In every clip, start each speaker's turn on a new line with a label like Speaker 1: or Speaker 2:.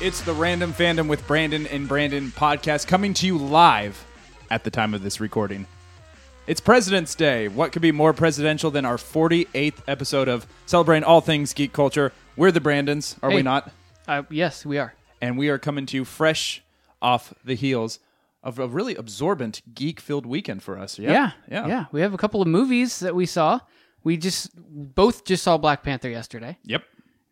Speaker 1: It's the Random Fandom with Brandon and Brandon podcast coming to you live at the time of this recording. It's President's Day. What could be more presidential than our 48th episode of celebrating all things geek culture? We're the Brandons, are we
Speaker 2: Hey.
Speaker 1: not?
Speaker 2: Uh, yes, we are.
Speaker 1: And we are coming to you fresh off the heels of a really absorbent geek-filled weekend for us.
Speaker 2: Yeah.
Speaker 1: yeah,
Speaker 2: We have a couple of movies that we saw. We just both just saw Black Panther yesterday.
Speaker 1: Yep.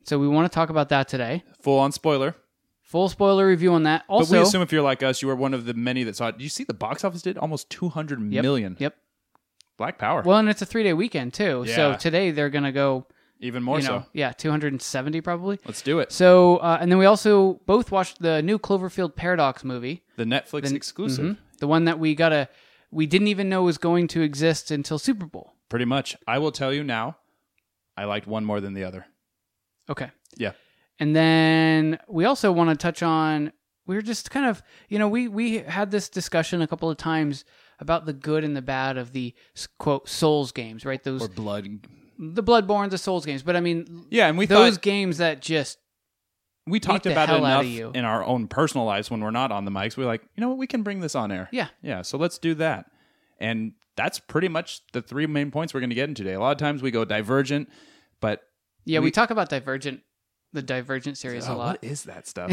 Speaker 2: So we want to talk about that today.
Speaker 1: Full on spoiler.
Speaker 2: Full spoiler review on that.
Speaker 1: But
Speaker 2: Also,
Speaker 1: we assume if you're like us, you were one of the many that saw it. Do you see the box office did almost two hundred million?
Speaker 2: yep, Yep.
Speaker 1: Black Power.
Speaker 2: Well, and it's a three day weekend too. So
Speaker 1: Yeah.
Speaker 2: today they're going to go,
Speaker 1: Even more
Speaker 2: you know,
Speaker 1: so.
Speaker 2: yeah, 270 probably.
Speaker 1: Let's do it.
Speaker 2: So, uh, and then we also both watched the new Cloverfield Paradox movie,
Speaker 1: The Netflix exclusive.
Speaker 2: the one that we got to, we didn't even know was going to exist until Super Bowl.
Speaker 1: Pretty much. I will tell you now, I liked one more than the other.
Speaker 2: Okay.
Speaker 1: Yeah.
Speaker 2: And then we also want to touch on we are just kind of you know we we had this discussion a couple of times about the good and the bad of the quote Souls games, right? Those
Speaker 1: Or blood.
Speaker 2: the Bloodborne, the Souls games, but I mean
Speaker 1: Yeah, and we
Speaker 2: those
Speaker 1: thought
Speaker 2: games that just
Speaker 1: we talked
Speaker 2: the
Speaker 1: about it
Speaker 2: hell out
Speaker 1: enough
Speaker 2: of you.
Speaker 1: in our own personal lives when we're not on the mics. We're like, you know what, we can bring this on air.
Speaker 2: yeah
Speaker 1: Yeah, so let's do that. And that's pretty much the three main points we're going to get in today. A lot of times we go divergent, but
Speaker 2: yeah we,
Speaker 1: We-
Speaker 2: talk about Divergent, the Divergent series a
Speaker 1: Oh,
Speaker 2: lot.
Speaker 1: what is that stuff?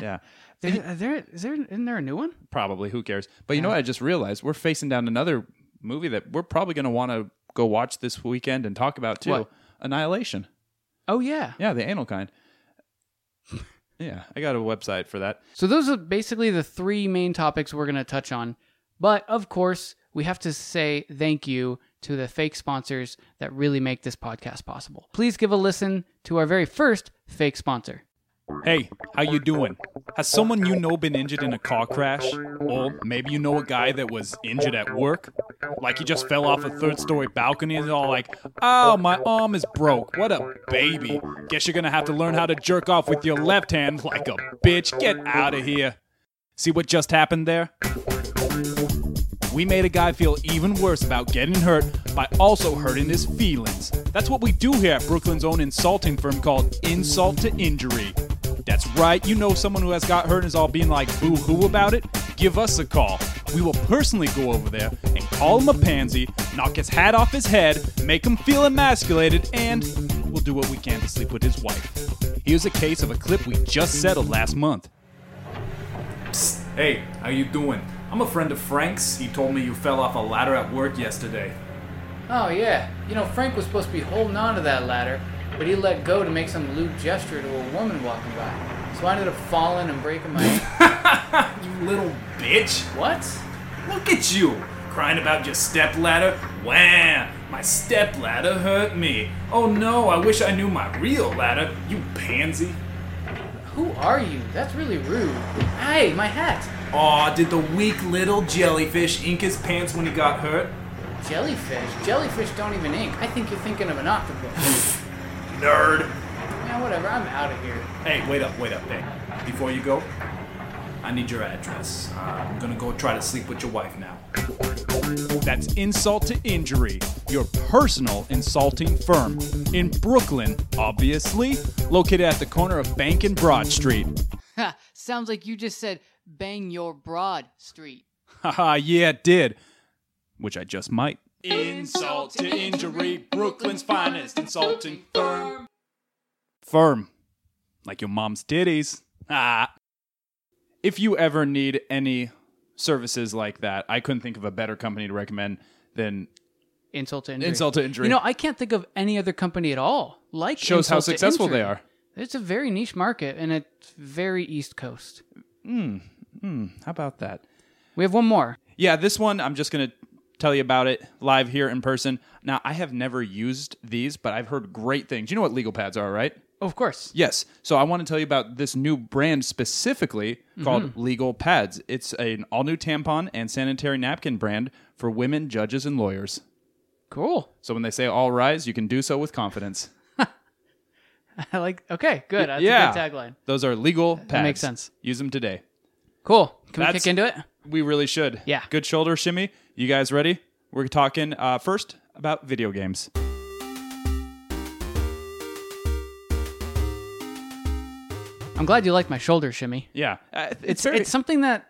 Speaker 1: yeah,
Speaker 2: There, are there is there isn't there a new one?
Speaker 1: probably. Who cares? But you know what? I just realized we're facing down another movie that we're probably going to want to go watch this weekend and talk about too.
Speaker 2: What?
Speaker 1: Annihilation.
Speaker 2: Oh yeah.
Speaker 1: Yeah, the anal kind. yeah, I got a website for that.
Speaker 2: So those are basically the three main topics we're going to touch on. But of course, we have to say thank you to the fake sponsors that really make this podcast possible. Please give a listen to our very first fake sponsor.
Speaker 1: Hey, how you doing? Has someone you know been injured in a car crash? Or maybe you know a guy that was injured at work? Like he just fell off a third story balcony and is all like, "Ow, my arm is broke. What a baby. Guess you're gonna have to learn how to jerk off with your left hand like a bitch. Get out of here. See what just happened there? We made a guy feel even worse about getting hurt by also hurting his feelings. That's what we do here at Brooklyn's own insulting firm called Insult to Injury. That's right, you know someone who has got hurt and is all being like boo hoo about it? Give us a call. We will personally go over there and call him a pansy, knock his hat off his head, make him feel emasculated, and we'll do what we can to sleep with his wife. Here's a case of a clip we just settled last month. Hey, how you doing? I'm a friend of Frank's. He told me you fell off a ladder at work yesterday.
Speaker 2: Oh, yeah. You know, Frank was supposed to be holding on to that ladder, but he let go to make some lewd gesture to a woman walking by. So I ended up falling and breaking my.
Speaker 1: You little bitch!
Speaker 2: what?
Speaker 1: Look at you! Crying about your stepladder? Wham! My stepladder hurt me. Oh no, I wish I knew my real ladder, you pansy.
Speaker 2: Who are you? That's really rude. Hey, my hat!
Speaker 1: Aw, did the weak little jellyfish ink his pants when he got hurt?
Speaker 2: Jellyfish? Jellyfish don't even ink. I think you're thinking of an octopus.
Speaker 1: Nerd!
Speaker 2: yeah, whatever. I'm out of here.
Speaker 1: Hey, wait up, wait up. Hey, before you go, I need your address. Uh, I'm gonna go try to sleep with your wife now. That's Insult to Injury, your personal insulting firm. In Brooklyn, obviously, located at the corner of Bank and Broad Street.
Speaker 2: Ha! Sounds like you just said, bang your broad street.
Speaker 1: Haha, yeah, it did. Which I just might. Insult to Injury, Brooklyn's finest insulting firm. Firm. Like your mom's titties. Ah. If you ever need any services like that, I couldn't think of a better company to recommend than
Speaker 2: Insult to injury.
Speaker 1: Insult to injury.
Speaker 2: You know, I can't think of any other company at all. Like
Speaker 1: shows how
Speaker 2: Insult to
Speaker 1: successful
Speaker 2: Injury.
Speaker 1: they are.
Speaker 2: It's a very niche market and it's very East Coast.
Speaker 1: How about that?
Speaker 2: We have one more.
Speaker 1: Yeah, this one I'm just gonna tell you about it live here in person. Now I have never used these, but I've heard great things. You know what legal pads are, right?
Speaker 2: Of course.
Speaker 1: Yes. So I want to tell you about this new brand specifically
Speaker 2: Mm-hmm.
Speaker 1: called Legal Pads. It's an all new tampon and sanitary napkin brand for women judges and lawyers.
Speaker 2: Cool.
Speaker 1: So when they say all rise, you can do so with confidence.
Speaker 2: I like. Okay, good. That's
Speaker 1: yeah.
Speaker 2: a good tagline.
Speaker 1: Those are legal pads.
Speaker 2: makes sense.
Speaker 1: Use them today.
Speaker 2: Cool. Can
Speaker 1: That's-
Speaker 2: we kick into it?
Speaker 1: We really should.
Speaker 2: Yeah.
Speaker 1: Good shoulder shimmy. You guys ready? We're talking uh, first about video games.
Speaker 2: I'm glad you like my shoulder shimmy.
Speaker 1: Yeah. Uh, it's,
Speaker 2: It's
Speaker 1: very.
Speaker 2: it's something that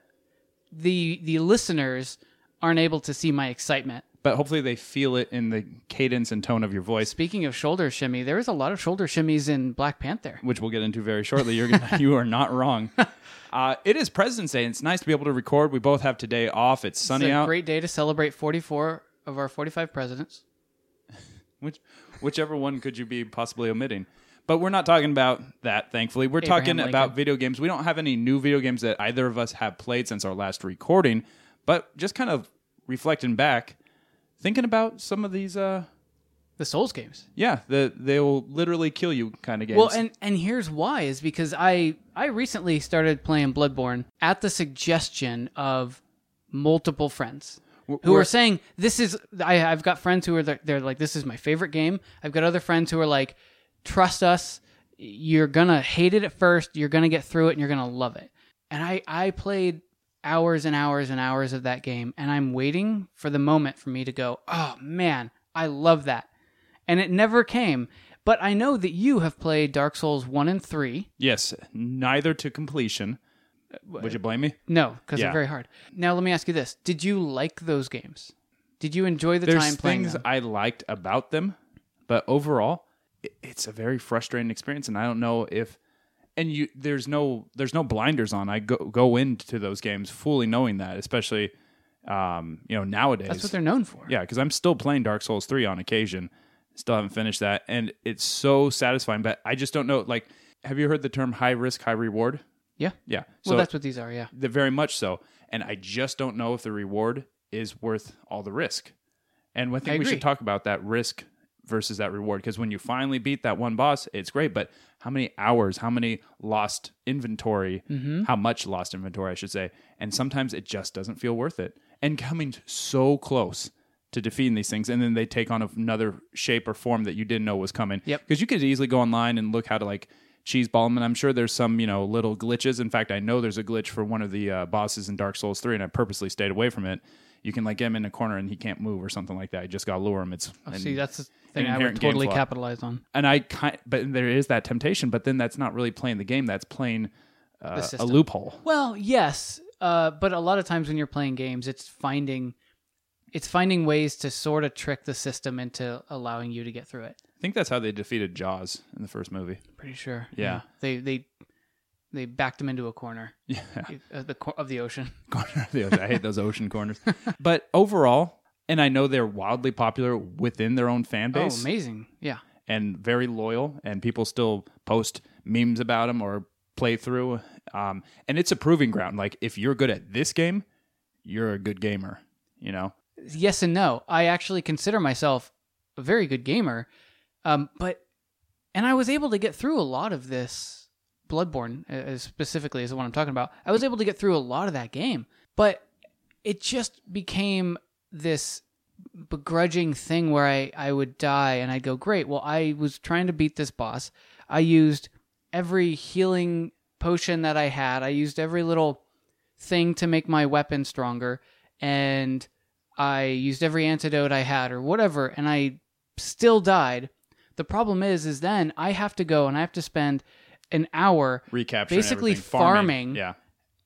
Speaker 2: the the listeners aren't able to see my excitement.
Speaker 1: but hopefully they feel it in the cadence and tone of your voice,
Speaker 2: Speaking of shoulder shimmy, there is a lot of shoulder shimmies in Black Panther.
Speaker 1: which we'll get into very shortly. You're gonna, you are not wrong. Uh, it is President's Day, and it's nice to be able to record. We both have today off. It's
Speaker 2: It's
Speaker 1: sunny
Speaker 2: a
Speaker 1: out.
Speaker 2: great day to celebrate 44 of our 45 presidents.
Speaker 1: Which, whichever one could you be possibly omitting? But we're not talking about that, thankfully. We're
Speaker 2: Abraham
Speaker 1: talking
Speaker 2: Lincoln.
Speaker 1: about video games. We don't have any new video games that either of us have played since our last recording, but just kind of reflecting back, thinking about some of these, uh,
Speaker 2: The Souls games.
Speaker 1: yeah, the they will literally kill you kind of games.
Speaker 2: Well, and and here's why is because I I recently started playing Bloodborne at the suggestion of multiple friends who
Speaker 1: we're-
Speaker 2: are saying this is I I've got friends who are like- they're like this is my favorite game. I've got other friends who are like trust us, you're going to hate it at first, you're going to get through it and you're going to love it. And I I played hours and hours and hours of that game and I'm waiting for the moment for me to go, "Oh man, I love that." and it never came. But I know that you have played Dark Souls 1 and 3.
Speaker 1: yes, neither to completion.
Speaker 2: Uh,
Speaker 1: Would you blame me?
Speaker 2: No, because
Speaker 1: Yeah.
Speaker 2: they're very hard. Now, let me ask you this Did you like those games? Did you enjoy the
Speaker 1: There's
Speaker 2: time playing
Speaker 1: things
Speaker 2: them?
Speaker 1: I liked about them, but overall, i- it's a very frustrating experience, and I don't know if and you there's no there's no blinders on. I go go into those games fully knowing that, especially um, you know nowadays.
Speaker 2: That's what they're known for.
Speaker 1: yeah, because I'm still playing Dark Souls three on occasion. Still haven't finished that, and it's so satisfying. But I just don't know. Like, have you heard the term high risk, high reward?
Speaker 2: Yeah.
Speaker 1: Yeah. So
Speaker 2: Well, that's what these are, yeah.
Speaker 1: the, very much so. And I just don't know if the reward is worth all the risk. And I think
Speaker 2: I
Speaker 1: we should
Speaker 2: agree.
Speaker 1: talk about that risk versus that reward because when you finally beat that one boss, it's great. But how many hours, how many lost inventory,
Speaker 2: Mm-hmm.
Speaker 1: how much lost inventory, I should say. And sometimes it just doesn't feel worth it. And coming so close to defeating these things, and then they take on another shape or form that you didn't know was coming.
Speaker 2: Yep.
Speaker 1: Because you could easily go online and look how to like cheese ball them, and I'm sure there's some you know little glitches. In fact, I know there's a glitch for one of the uh, bosses in Dark Souls three, and I purposely stayed away from it. You can like get him in a corner and he can't move or something like that. You just gotta lure him. It's and,
Speaker 2: See, that's the thing I
Speaker 1: inherent
Speaker 2: would
Speaker 1: game
Speaker 2: totally
Speaker 1: flaw.
Speaker 2: capitalize on.
Speaker 1: and I kind but there is that temptation, but then that's not really playing the game. That's playing uh, a
Speaker 2: system.
Speaker 1: loophole.
Speaker 2: Well, yes, uh, but a lot of times when you're playing games, it's finding it's finding ways to sort of trick the system into allowing you to get through it.
Speaker 1: I think that's how they defeated Jaws in the first movie.
Speaker 2: Pretty sure.
Speaker 1: Yeah.
Speaker 2: They they they backed him into a corner
Speaker 1: Yeah,
Speaker 2: of the cor- of the ocean.
Speaker 1: corner of the ocean. I hate those ocean corners. But overall, and I know they're wildly popular within their own fan
Speaker 2: Oh,
Speaker 1: base.
Speaker 2: amazing! Yeah,
Speaker 1: and very loyal, and people still post memes about him or play through. Um, and it's a proving ground. Like if you're good at this game, you're a good gamer. You know,
Speaker 2: yes and no. I actually consider myself a very good gamer, um, but and I was able to get through a lot of this Bloodborne uh, uh, specifically is the one I'm talking about. I was able to get through a lot of that game, but it just became this begrudging thing where I, I would die and I'd go, Great, well, I was trying to beat this boss. I used every healing potion that I had, I used every little thing to make my weapon stronger, and I used every antidote I had or whatever, and I still died. The problem is, is then I have to go and I have to spend an hour
Speaker 1: recapture
Speaker 2: Basically farming.
Speaker 1: Yeah,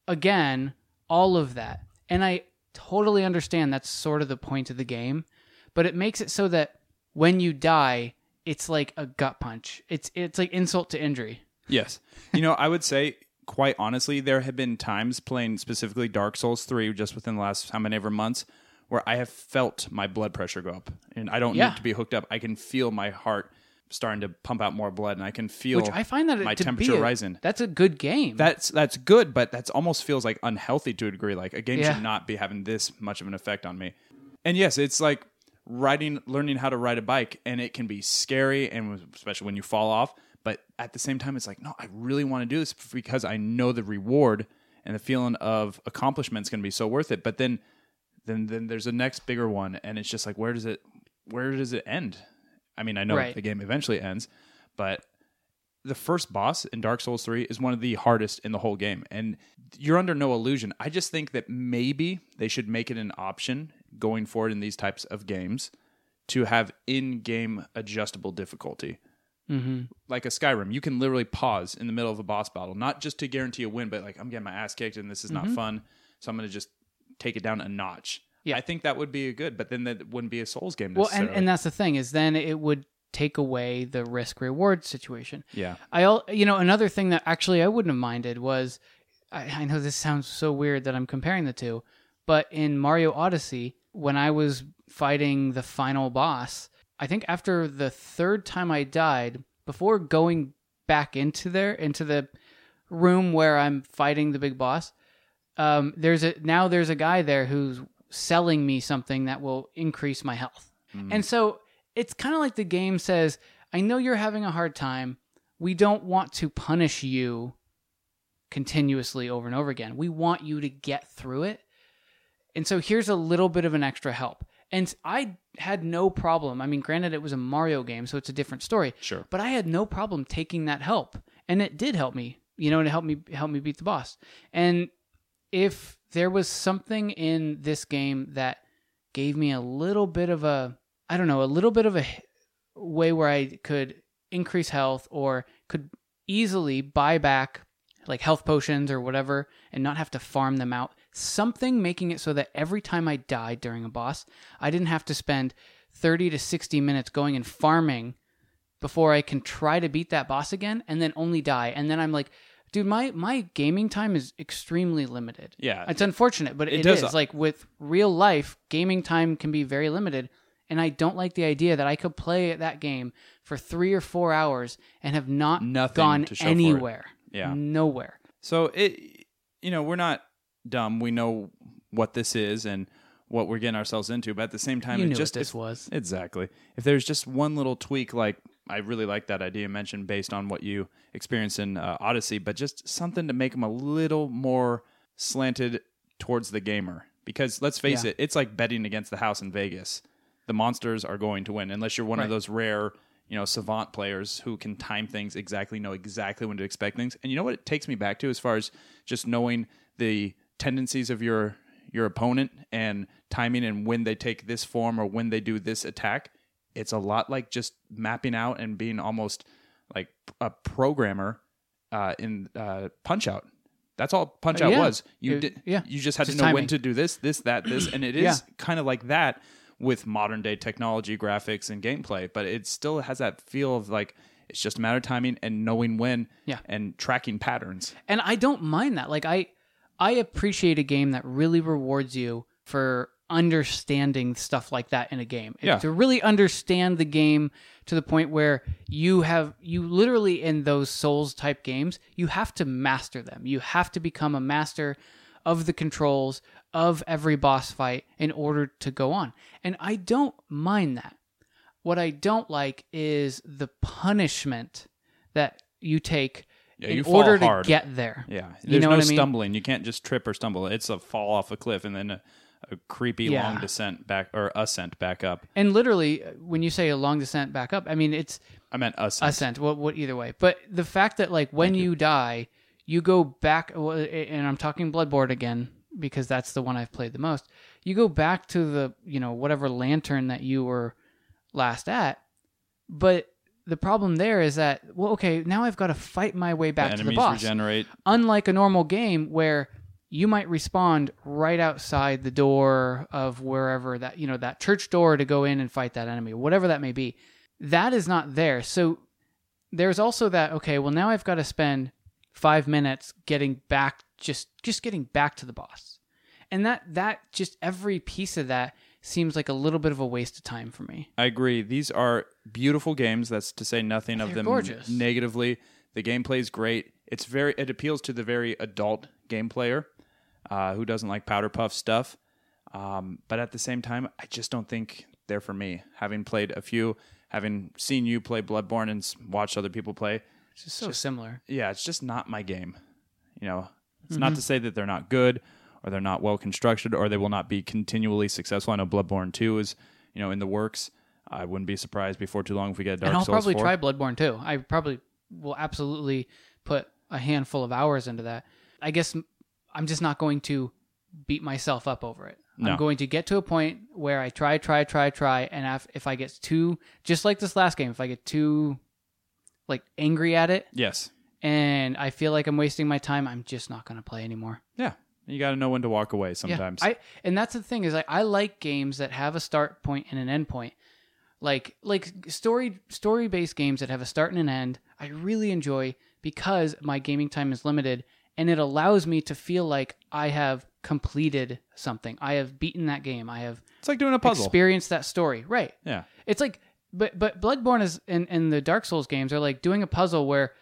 Speaker 2: again all of that and i totally understand that's sort of the point of the game but it makes it so that when you die it's like a gut punch it's it's like insult to injury
Speaker 1: Yes. You know, I would say quite honestly, there have been times playing specifically Dark Souls three just within the last how many ever months where I have felt my blood pressure go up. And I don't
Speaker 2: Yeah.
Speaker 1: need to be hooked up. I can feel my heart starting to pump out more blood and I can feel
Speaker 2: which i find that
Speaker 1: my
Speaker 2: it to
Speaker 1: temperature
Speaker 2: be a-
Speaker 1: rising.
Speaker 2: that's a good game
Speaker 1: That's that's good, but that's almost feels like unhealthy to a degree. Like a game
Speaker 2: Yeah.
Speaker 1: should not be having this much of an effect on me. And yes, it's like riding, learning how to ride a bike, and it can be scary, and especially when you fall off. But at the same time, it's like, no, I really want to do this because I know the reward and the feeling of accomplishment is going to be so worth it. But then, then, then there's a next bigger one, and it's just like, where does it, where does it end? I mean, I know
Speaker 2: Right.
Speaker 1: the game eventually ends, but the first boss in Dark Souls 3 is one of the hardest in the whole game. And you're under no illusion. I just think that maybe they should make it an option going forward in these types of games to have in game adjustable difficulty.
Speaker 2: Mm-hmm.
Speaker 1: Like a Skyrim, you can literally pause in the middle of a boss battle, not just to guarantee a win, but like, I'm getting my ass kicked and this is
Speaker 2: Mm-hmm.
Speaker 1: not fun. So I'm going to just take it down a notch.
Speaker 2: Yeah.
Speaker 1: I think that would be good, but then that wouldn't be a Souls game
Speaker 2: Well, and,
Speaker 1: necessarily.
Speaker 2: and that's the thing is then it would take away the risk reward situation.
Speaker 1: yeah.
Speaker 2: I, al- you know, another thing that actually I wouldn't have minded was, I, I know this sounds so weird that I'm comparing the two, but in Mario Odyssey, when I was fighting the final boss, I think after the third time I died, before going back into there, into the room where I'm fighting the big boss, um, there's a now there's a guy there who's selling me something that will increase my health, and so it's kind of like the game says, I know you're having a hard time we don't want to punish you continuously over and over again. We want you to get through it. And so here's a little bit of an extra help. And I had no problem. I mean, granted, it was a Mario game, so it's a different story.
Speaker 1: Sure.
Speaker 2: But I had no problem taking that help, and it did help me. You know, and it helped me help me beat the boss. And if there was something in this game that gave me a little bit of a, I don't know, a little bit of a h- way where I could increase health or could easily buy back like health potions or whatever and not have to farm them out. Something making it so that every time I died during a boss, I didn't have to spend 30 to 60 minutes going and farming before I can try to beat that boss again and then only die. And then I'm like, dude, my, my gaming time is extremely limited.
Speaker 1: Yeah.
Speaker 2: It's unfortunate, but it
Speaker 1: does-
Speaker 2: is. Like with real life, gaming time can be very limited. And I don't like the idea that I could play that game for three or four hours and have not
Speaker 1: Nothing
Speaker 2: gone
Speaker 1: to show for it.
Speaker 2: anywhere.
Speaker 1: Yeah.
Speaker 2: Nowhere.
Speaker 1: So it, you know, we're not dumb. We know what this is and what we're getting ourselves into. But at the same time,
Speaker 2: You
Speaker 1: it
Speaker 2: knew
Speaker 1: just
Speaker 2: what this
Speaker 1: if-
Speaker 2: was.
Speaker 1: exactly. If there's just one little tweak, like I really like that idea mentioned based on what you experienced in uh, Odyssey, but just something to make them a little more slanted towards the gamer. Because let's face
Speaker 2: Yeah.
Speaker 1: it, it's like betting against the house in Vegas. The monsters are going to win unless you're one of
Speaker 2: Right.
Speaker 1: those rare, you know, savant players who can time things exactly, know exactly when to expect things. And you know what it takes me back to as far as just knowing the tendencies of your your opponent and timing and when they take this form or when they do this attack. It's a lot like just mapping out and being almost like a programmer uh, in uh, Punch Out. That's all Punch
Speaker 2: Uh,
Speaker 1: Out
Speaker 2: yeah.
Speaker 1: was. You
Speaker 2: It-
Speaker 1: did,
Speaker 2: yeah.
Speaker 1: You just had
Speaker 2: Just
Speaker 1: to know
Speaker 2: timing.
Speaker 1: when to do this, this, that, this, and it is
Speaker 2: Yeah.
Speaker 1: kind of like that with modern day technology, graphics, and gameplay. But it still has that feel of like it's just a matter of timing and knowing when,
Speaker 2: Yeah.
Speaker 1: and tracking patterns.
Speaker 2: and I don't mind that. Like I I appreciate a game that really rewards you for understanding stuff like that in a game.
Speaker 1: Yeah.
Speaker 2: To really understand the game to the point where you have you literally in those souls type games, you have to master them. You have to become a master of the controls of every boss fight in order to go on. And I don't mind that. What I don't like is the punishment that you take
Speaker 1: Yeah,
Speaker 2: in
Speaker 1: you fall
Speaker 2: order to
Speaker 1: hard.
Speaker 2: get there.
Speaker 1: Yeah, there's
Speaker 2: You know
Speaker 1: no
Speaker 2: what I mean?
Speaker 1: stumbling. You can't just trip or stumble. It's a fall off a cliff and then a, a creepy
Speaker 2: Yeah.
Speaker 1: long descent back or ascent back up.
Speaker 2: And literally, uh, when you say a long descent back up, I mean it's
Speaker 1: I meant ascent.
Speaker 2: ascent. What what either way, but the fact that like when you. die, you go back, well, a- and I'm talking Bloodborne again because that's the one I've played the most. You go back to the you know whatever lantern that you were last at, but the problem there is that well okay now I've got to fight my way back to the
Speaker 1: Enemies
Speaker 2: boss.
Speaker 1: regenerate.
Speaker 2: unlike a normal game where you might respond right outside the door of wherever that you know that church door to go in and fight that enemy whatever that may be that is not there so there's also that okay well now i've got to spend 5 minutes getting back just just getting back to the boss and that that just every piece of that seems like a little bit of a waste of time for me
Speaker 1: I agree. These are beautiful games. That's to say nothing of
Speaker 2: They're
Speaker 1: them
Speaker 2: gorgeous.
Speaker 1: negatively. The gameplay is great. It's very. It appeals to the very adult game player uh, who doesn't like powder puff stuff. Um, but at the same time, I just don't think they're for me. Having played a few, having seen you play Bloodborne and s- watched other people play,
Speaker 2: it's just so similar
Speaker 1: yeah, it's just not my game. You know, it's not
Speaker 2: Mm-hmm.
Speaker 1: to say that they're not good or they're not well constructed or they will not be continually successful. I know Bloodborne 2 is, you know, in the works. I wouldn't be surprised before too long if we get a Dark
Speaker 2: and i'll
Speaker 1: Souls
Speaker 2: probably
Speaker 1: 4.
Speaker 2: try bloodborne too i probably will absolutely put a handful of hours into that. I guess m- I'm just not going to beat myself up over it.
Speaker 1: No.
Speaker 2: I'm going to get to a point where I try, try, try, try, and af- if I get too, just like this last game, if I get too, like angry at it,
Speaker 1: Yes.
Speaker 2: and I feel like I'm wasting my time, I'm just not going to play anymore.
Speaker 1: Yeah. You got to know when to walk away sometimes.
Speaker 2: Yeah, I and that's the thing is like I like games that have a start point and an end point. Like like story story based games that have a start and an end, I really enjoy because my gaming time is limited and it allows me to feel like I have completed something. I have beaten that game. I have
Speaker 1: it's like doing a puzzle.
Speaker 2: experienced that story. Right.
Speaker 1: yeah.
Speaker 2: It's like, but but Bloodborne is and and the Dark Souls games are like doing a puzzle where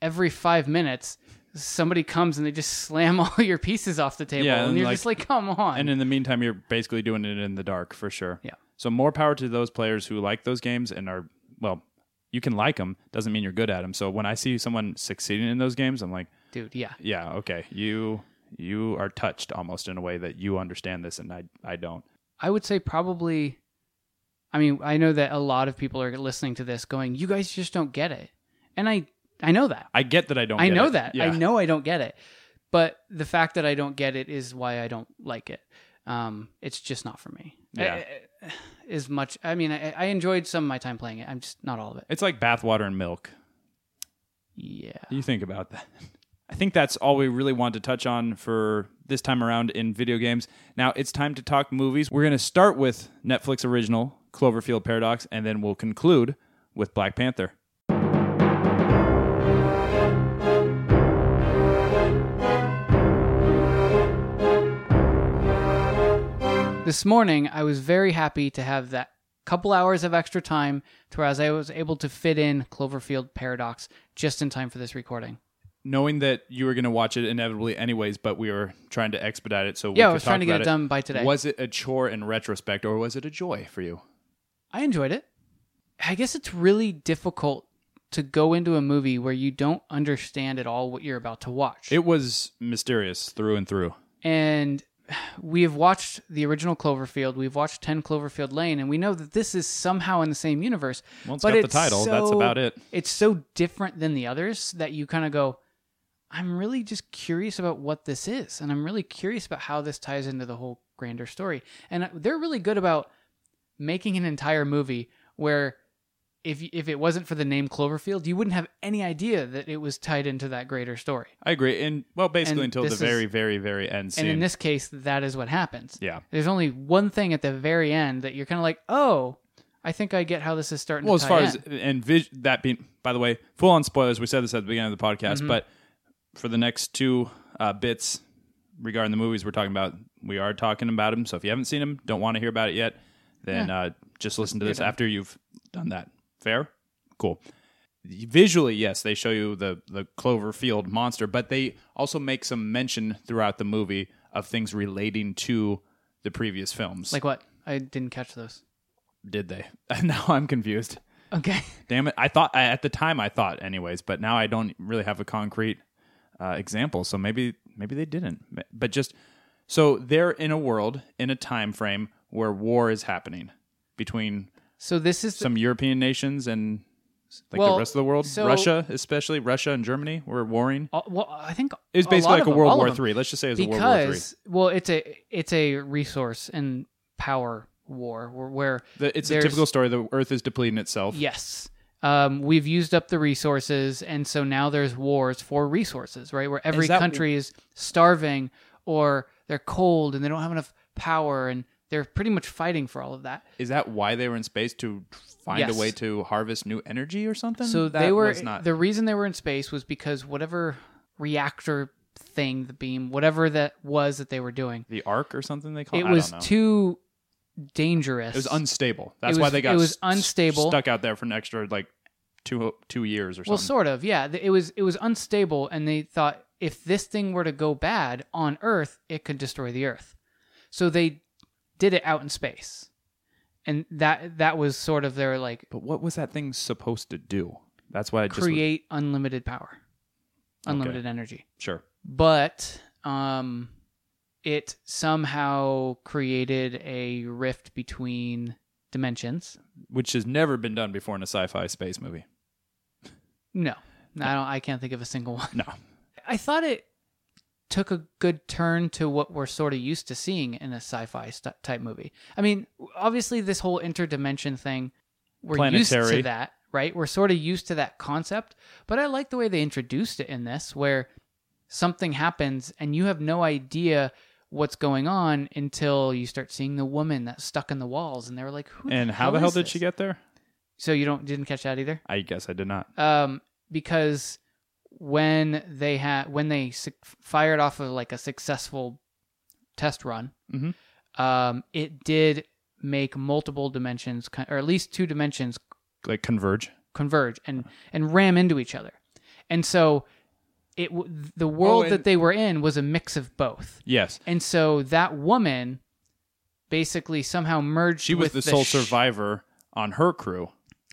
Speaker 2: every five minutes somebody comes and they just slam all your pieces off the table,
Speaker 1: Yeah,
Speaker 2: and,
Speaker 1: and
Speaker 2: you're
Speaker 1: like-
Speaker 2: just like, come on.
Speaker 1: And in the meantime, you're basically doing it in the dark for sure.
Speaker 2: Yeah.
Speaker 1: So more power to those players who like those games and are well. You can like them doesn't mean you're good at them. So when I see someone succeeding in those games, I'm like,
Speaker 2: Dude, yeah,
Speaker 1: yeah, okay, you you are touched almost in a way that you understand this and I I don't.
Speaker 2: I would say probably. I mean, I know that a lot of people are listening to this, going, "You guys just don't get it," and I I know that.
Speaker 1: I get that I don't.
Speaker 2: I
Speaker 1: get
Speaker 2: know
Speaker 1: it.
Speaker 2: that.
Speaker 1: Yeah.
Speaker 2: I know I don't get it. But the fact that I don't get it is why I don't like it. Um, it's just not for me.
Speaker 1: Yeah.
Speaker 2: I- I- as much. I mean, I, I enjoyed some of my time playing it. I'm just not all of it.
Speaker 1: It's like bathwater and milk.
Speaker 2: Yeah.
Speaker 1: You think about that. I think that's all we really want to touch on for this time around in video games. Now it's time to talk movies. We're going to start with Netflix original Cloverfield Paradox, and then we'll conclude with Black Panther.
Speaker 2: This morning, I was very happy to have that couple hours of extra time to where I was- I was able to fit in Cloverfield Paradox just in time for this recording.
Speaker 1: Knowing that you were going to watch it inevitably anyways, but we were trying to expedite it, so we
Speaker 2: yeah,
Speaker 1: could
Speaker 2: I was trying
Speaker 1: talk
Speaker 2: to get
Speaker 1: about
Speaker 2: it done by today.
Speaker 1: Was it a chore in retrospect, or was it a joy for you?
Speaker 2: I enjoyed it. I guess it's really difficult to go into a movie where you don't understand at all what you're about to watch.
Speaker 1: It was mysterious through and through.
Speaker 2: and we have watched the original Cloverfield. We've watched Ten Cloverfield Lane, and we know that this is somehow in the same universe.
Speaker 1: Well, it's
Speaker 2: But
Speaker 1: got
Speaker 2: it's
Speaker 1: the title. That's
Speaker 2: so-
Speaker 1: about it.
Speaker 2: It's so different than the others that you kind of go, "I'm really just curious about what this is, and I'm really curious about how this ties into the whole grander story." And uh, they're really good about making an entire movie where. If, if it wasn't for the name Cloverfield, you wouldn't have any idea that it was tied into that greater story.
Speaker 1: I agree. And well, basically
Speaker 2: And
Speaker 1: until the
Speaker 2: this is-
Speaker 1: very, very, very end scene.
Speaker 2: And in this case, that is what happens.
Speaker 1: yeah.
Speaker 2: There's only one thing at the very end that you're kind of like, oh, I think I get how this is starting.
Speaker 1: well
Speaker 2: to
Speaker 1: as
Speaker 2: tie
Speaker 1: far
Speaker 2: in.
Speaker 1: as and vis- that being by the way full on spoilers we said this at the beginning of the podcast
Speaker 2: Mm-hmm.
Speaker 1: but for the next two uh, bits regarding the movies we're talking about we are talking about them so if you haven't seen them don't want to hear about it yet then uh, just listen to this after you've done that fair cool visually yes they show you the the cloverfield monster but they also make some mention throughout the movie of things relating to the previous films
Speaker 2: like what? I didn't catch those.
Speaker 1: did they now i'm confused
Speaker 2: Okay,
Speaker 1: Damn it! I thought I- at the time I thought, anyways, but now I don't really have a concrete uh, example. So maybe maybe they didn't. But just so they're in a world in a time frame where war is happening between
Speaker 2: so this is
Speaker 1: some European nations and like
Speaker 2: Well,
Speaker 1: the rest of the world,
Speaker 2: so-
Speaker 1: Russia especially, Russia and Germany were warring.
Speaker 2: uh, well, I think
Speaker 1: It's
Speaker 2: a
Speaker 1: basically
Speaker 2: lot
Speaker 1: like
Speaker 2: of
Speaker 1: a
Speaker 2: them-
Speaker 1: World
Speaker 2: all
Speaker 1: War
Speaker 2: of them.
Speaker 1: Three. Let's just say it was a World War Three.
Speaker 2: because well, it's a it's a resource and power war where, where
Speaker 1: The- It's a
Speaker 2: there's-
Speaker 1: typical story. The Earth is depleting itself.
Speaker 2: yes. Um, we've used up the resources, and so now there's wars for resources, right? Where every
Speaker 1: that-
Speaker 2: country is starving, or they're cold, and they don't have enough power, and they're pretty much fighting for all of that.
Speaker 1: Is that why they were in space to find a
Speaker 2: Yes.
Speaker 1: way to harvest new energy or something?
Speaker 2: So
Speaker 1: that
Speaker 2: they were
Speaker 1: was not
Speaker 2: the reason they were in space was because whatever reactor thing, the beam, whatever that was that they were doing,
Speaker 1: the arc or something they call
Speaker 2: it
Speaker 1: I
Speaker 2: was
Speaker 1: don't know.
Speaker 2: too dangerous.
Speaker 1: It was unstable. That's
Speaker 2: was-
Speaker 1: why they got
Speaker 2: it was
Speaker 1: s-
Speaker 2: unstable.
Speaker 1: stuck out there for an extra like two two years or something.
Speaker 2: well, sort of, yeah. Th- It was it was unstable, and they thought if this thing were to go bad on Earth, it could destroy the Earth. So they did it out in space, and that that was sort of their like
Speaker 1: but what was that thing supposed to do? That's why I just was-
Speaker 2: create unlimited power,
Speaker 1: Okay.
Speaker 2: unlimited energy.
Speaker 1: sure.
Speaker 2: but um it somehow created a rift between dimensions
Speaker 1: Which has never been done before in a sci-fi space movie.
Speaker 2: no I don't. I can't think of a single one.
Speaker 1: No.
Speaker 2: I thought it took a good turn to what we're sort of used to seeing in a sci-fi st- type movie. I mean, obviously this whole interdimension thing, we're used
Speaker 1: Planetary.
Speaker 2: to that, right? We're sort of used to that concept, but I like the way they introduced it in this where something happens and you have no idea what's going on until you start seeing the woman that's stuck in the walls and they were like, Who
Speaker 1: And how the hell
Speaker 2: is
Speaker 1: did
Speaker 2: this?"
Speaker 1: she get there?
Speaker 2: So you don't didn't catch that either?
Speaker 1: I guess I did not.
Speaker 2: um, because when they had when they su- fired off of like a successful test run,
Speaker 1: Mhm.
Speaker 2: um, it did make multiple dimensions con- or at least two dimensions
Speaker 1: Like converge.
Speaker 2: converge and and ram into each other, and so it w- the world
Speaker 1: Oh, and-
Speaker 2: that they were in was a mix of both,
Speaker 1: Yes.
Speaker 2: and so that woman basically somehow merged.
Speaker 1: She was
Speaker 2: with
Speaker 1: the sole
Speaker 2: sh-
Speaker 1: survivor on her crew,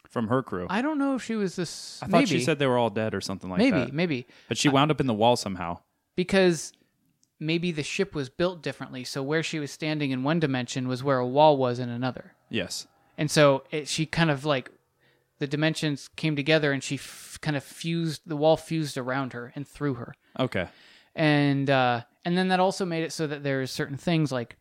Speaker 1: from her crew. I,
Speaker 2: I don't know if she was this.
Speaker 1: thought
Speaker 2: maybe,
Speaker 1: she said they were all dead or something like
Speaker 2: maybe
Speaker 1: that.
Speaker 2: maybe
Speaker 1: But she wound up in the wall somehow.
Speaker 2: because maybe the ship was built differently so where she was standing in one dimension was where a wall was in another
Speaker 1: Yes.
Speaker 2: and so it, she kind of like the dimensions came together and she f- kind of fused the wall fused around her and through her
Speaker 1: Okay.
Speaker 2: and uh and then that also made it so that there's certain things like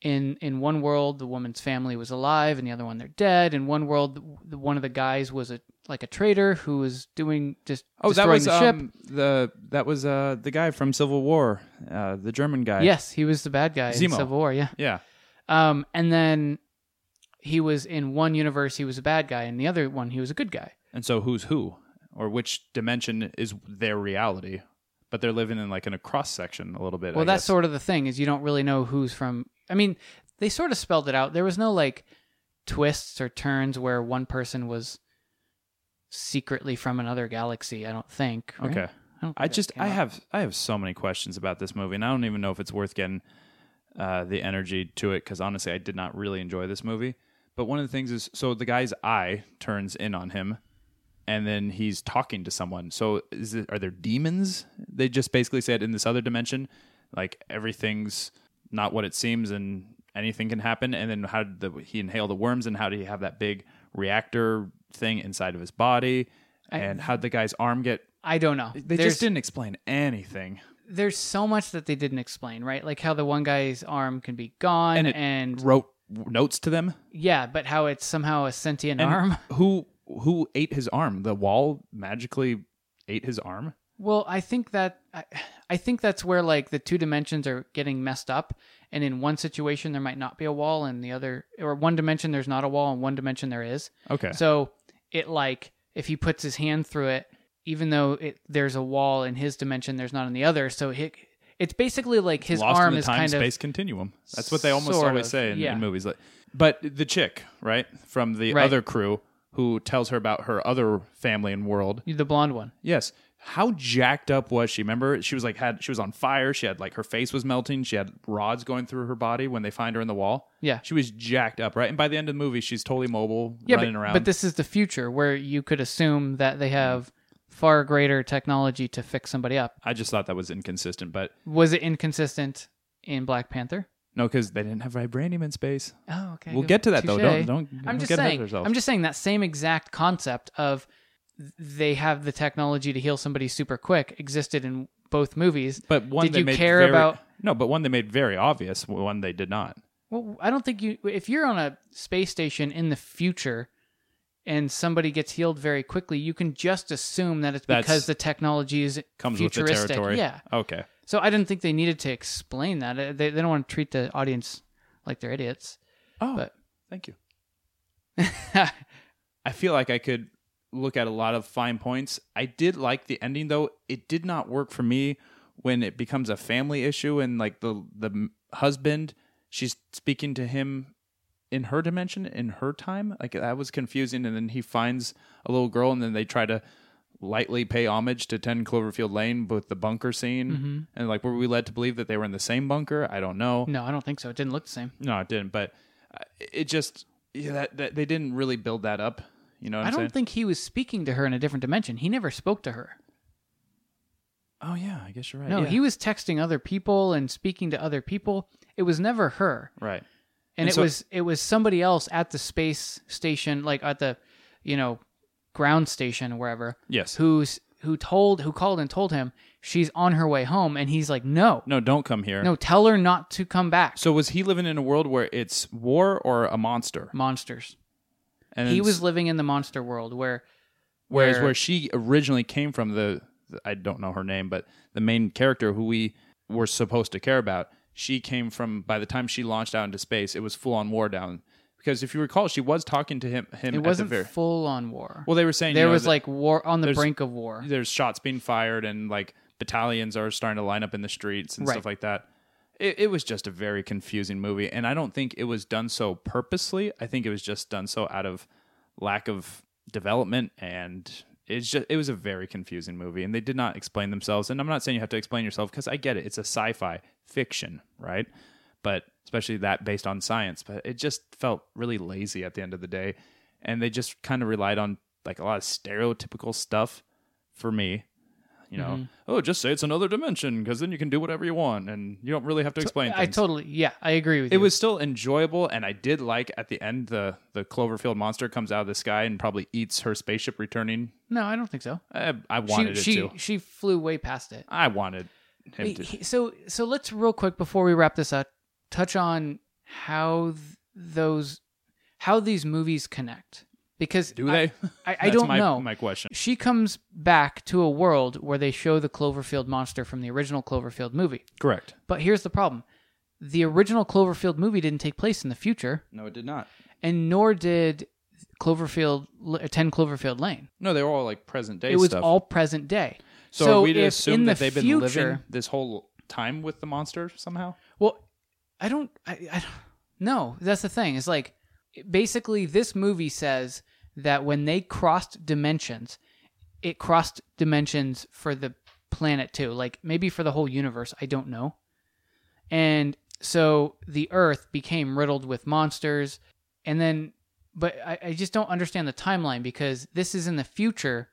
Speaker 2: in in one world the woman's family was alive and the other one they're dead in one world the, one of the guys was a like a traitor who was doing just
Speaker 1: Oh, that
Speaker 2: destroying
Speaker 1: was
Speaker 2: the ship
Speaker 1: um, the that was uh, the guy from Civil War, uh, the German guy.
Speaker 2: yes he was the bad guy in
Speaker 1: Zemo.
Speaker 2: civil war yeah
Speaker 1: Yeah.
Speaker 2: Um, and then he was in one universe, he was a bad guy, and the other one, he was a good guy.
Speaker 1: And so who's who, or which dimension is their reality? But they're living in like in a cross section a little bit.
Speaker 2: Well,
Speaker 1: I
Speaker 2: that's
Speaker 1: guess.
Speaker 2: sort of the thing is you don't really know who's from. I mean, they sort of spelled it out. There was no like twists or turns where one person was secretly from another galaxy. I don't think. right?
Speaker 1: okay.
Speaker 2: I, don't
Speaker 1: I
Speaker 2: think that
Speaker 1: just
Speaker 2: came
Speaker 1: I
Speaker 2: up.
Speaker 1: have I have so many questions about this movie, and I don't even know if it's worth getting uh, the energy to it because honestly, I did not really enjoy this movie. But one of the things is, so the guy's eye turns in on him, and then he's talking to someone. So is it, are there demons? They just basically said in this other dimension, like everything's not what it seems, and anything can happen. And then how did the, he inhale the worms, and how did he have that big reactor thing inside of his body?
Speaker 2: I-
Speaker 1: and how'd the guy's arm get
Speaker 2: I don't know.
Speaker 1: they
Speaker 2: There's-
Speaker 1: just didn't explain anything.
Speaker 2: There's so much that they didn't explain, right? Like how the one guy's arm can be gone, and,
Speaker 1: And it- Wrote notes to them.
Speaker 2: yeah, but how it's somehow a sentient
Speaker 1: And
Speaker 2: arm.
Speaker 1: Who who ate his arm? The wall magically ate his arm.
Speaker 2: Well, I think that I, I think that's where like the two dimensions are getting messed up, and in one situation there might not be a wall, and the other or one dimension there's not a wall, and one dimension there is.
Speaker 1: Okay.
Speaker 2: So it like if he puts his hand through it, even though it there's a wall in his dimension, there's not in the other. So he, it's basically like his
Speaker 1: Lost
Speaker 2: arm
Speaker 1: in the
Speaker 2: is
Speaker 1: time
Speaker 2: kind
Speaker 1: space
Speaker 2: of
Speaker 1: continuum. That's what they almost
Speaker 2: Sort
Speaker 1: always
Speaker 2: of,
Speaker 1: say in,
Speaker 2: yeah.
Speaker 1: in movies. Like, but the chick, right, from the
Speaker 2: Right.
Speaker 1: other crew, who tells her about her other family and world.
Speaker 2: the blonde one.
Speaker 1: Yes. How jacked up was she? Remember, she was like had she was on fire. She had like her face was melting. She had rods going through her body when they find her in the wall.
Speaker 2: Yeah.
Speaker 1: She was jacked up, right? And by the end of the movie, she's totally mobile,
Speaker 2: Yeah,
Speaker 1: running
Speaker 2: but,
Speaker 1: around. Mm-hmm.
Speaker 2: but this is the future where you could assume that they have far greater technology to fix somebody up.
Speaker 1: I just thought that was inconsistent, but
Speaker 2: Was it inconsistent in Black Panther?
Speaker 1: no, because they didn't have vibranium in space.
Speaker 2: Oh, okay.
Speaker 1: We'll
Speaker 2: good.
Speaker 1: get to that though. Don't
Speaker 2: Touche.
Speaker 1: don't.
Speaker 2: I'm
Speaker 1: don't
Speaker 2: just
Speaker 1: get ahead of
Speaker 2: saying.
Speaker 1: yourselves.
Speaker 2: I'm just saying that same exact concept of th- they have the technology to heal somebody super quick existed in both movies.
Speaker 1: But one
Speaker 2: Did
Speaker 1: they
Speaker 2: you
Speaker 1: made
Speaker 2: care
Speaker 1: very-
Speaker 2: about-
Speaker 1: No, but one they made very obvious. One they did not.
Speaker 2: Well, I don't think you. If you're on a space station in the future, and somebody gets healed very quickly, you can just assume that it's
Speaker 1: That's-
Speaker 2: because the technology is
Speaker 1: Comes
Speaker 2: futuristic.
Speaker 1: with the territory.
Speaker 2: Yeah.
Speaker 1: Okay.
Speaker 2: So I didn't think they needed to explain that. Uh, They, they don't want to treat the audience like they're idiots.
Speaker 1: Oh,
Speaker 2: But-
Speaker 1: thank you. I feel like I could look at a lot of fine points. I did like the ending though. It did not work for me when it becomes a family issue and like the the m- husband she's speaking to him in her dimension in her time. Like that was confusing and then he finds a little girl and then they try to lightly pay homage to 10 Cloverfield Lane with the bunker scene and like were we led to believe that they were in the same bunker? I don't know.
Speaker 2: No, I don't think so. It didn't look the same.
Speaker 1: No, it didn't, but uh, it just yeah, that, that they didn't really build that up. You know what
Speaker 2: I
Speaker 1: I'm
Speaker 2: don't
Speaker 1: saying?
Speaker 2: think he was speaking to her in a different dimension. He never spoke to her.
Speaker 1: Oh yeah, I guess you're right.
Speaker 2: No,
Speaker 1: yeah.
Speaker 2: he was texting other people and speaking to other people. It was never her.
Speaker 1: right. And
Speaker 2: And, it
Speaker 1: so-
Speaker 2: was it was somebody else at the space station, like at the, you know, ground station or wherever,
Speaker 1: Yes.
Speaker 2: who's who told who called and told him she's on her way home and he's like no
Speaker 1: No, don't come here.
Speaker 2: no tell her not to come back
Speaker 1: So was he living in a world where it's war or a monster?
Speaker 2: monsters
Speaker 1: And
Speaker 2: he
Speaker 1: it's-
Speaker 2: was living in the monster world where
Speaker 1: whereas
Speaker 2: where-
Speaker 1: where she originally came from the I don't know her name, but the main character who we were supposed to care about, she came from by the time she launched out into space, it was full on war down. Because if you recall, she was talking to him him
Speaker 2: it
Speaker 1: at
Speaker 2: wasn't
Speaker 1: the very
Speaker 2: full on war
Speaker 1: Well, they were saying
Speaker 2: there
Speaker 1: you know,
Speaker 2: was
Speaker 1: that
Speaker 2: like war on the
Speaker 1: there's-
Speaker 2: brink of war
Speaker 1: there's shots being fired and like battalions are starting to line up in the streets and
Speaker 2: Right.
Speaker 1: stuff like that. It, it was just a very confusing movie, and I don't think it was done so purposely. I think it was just done so out of lack of development, and it's just it was a very confusing movie, and they did not explain themselves. And I'm not saying you have to explain yourself because I get it; it's a sci-fi fiction, right? But especially that based on science, but it just felt really lazy at the end of the day, and they just kind of relied on like a lot of stereotypical stuff for me. You know,
Speaker 2: Mm-hmm.
Speaker 1: oh, just say it's another dimension because then you can do whatever you want and you don't really have to explain
Speaker 2: i
Speaker 1: things.
Speaker 2: totally yeah i agree with
Speaker 1: it
Speaker 2: you
Speaker 1: was still enjoyable, and I did like at the end the the Cloverfield monster comes out of the sky and probably eats her spaceship returning.
Speaker 2: no i don't think so
Speaker 1: I, I
Speaker 2: she
Speaker 1: wanted
Speaker 2: she
Speaker 1: it to.
Speaker 2: she flew way past it
Speaker 1: I wanted him to.
Speaker 2: He- so so let's real quick before we wrap this up touch on how th- those how these movies connect because
Speaker 1: do
Speaker 2: I-
Speaker 1: they?
Speaker 2: I, I
Speaker 1: That's
Speaker 2: don't
Speaker 1: my,
Speaker 2: know
Speaker 1: My question.
Speaker 2: she comes back to a world where they show the Cloverfield monster from the original Cloverfield movie
Speaker 1: Correct.
Speaker 2: but here's the problem the original Cloverfield movie didn't take place in the future
Speaker 1: No, it did not.
Speaker 2: and nor did Cloverfield 10 Cloverfield Lane
Speaker 1: No, they were all like present day
Speaker 2: it was
Speaker 1: stuff.
Speaker 2: all present day
Speaker 1: so, are we to
Speaker 2: if
Speaker 1: assume
Speaker 2: in
Speaker 1: that
Speaker 2: the
Speaker 1: they've been
Speaker 2: future-
Speaker 1: living this whole time with the monster somehow.
Speaker 2: Well, I don't. I, I don't. No, that's the thing. It's like basically this movie says that when they crossed dimensions, it crossed dimensions for the planet too. Like maybe for the whole universe. I don't know. And so the Earth became riddled with monsters, and then. But I, I just don't understand the timeline because this is in the future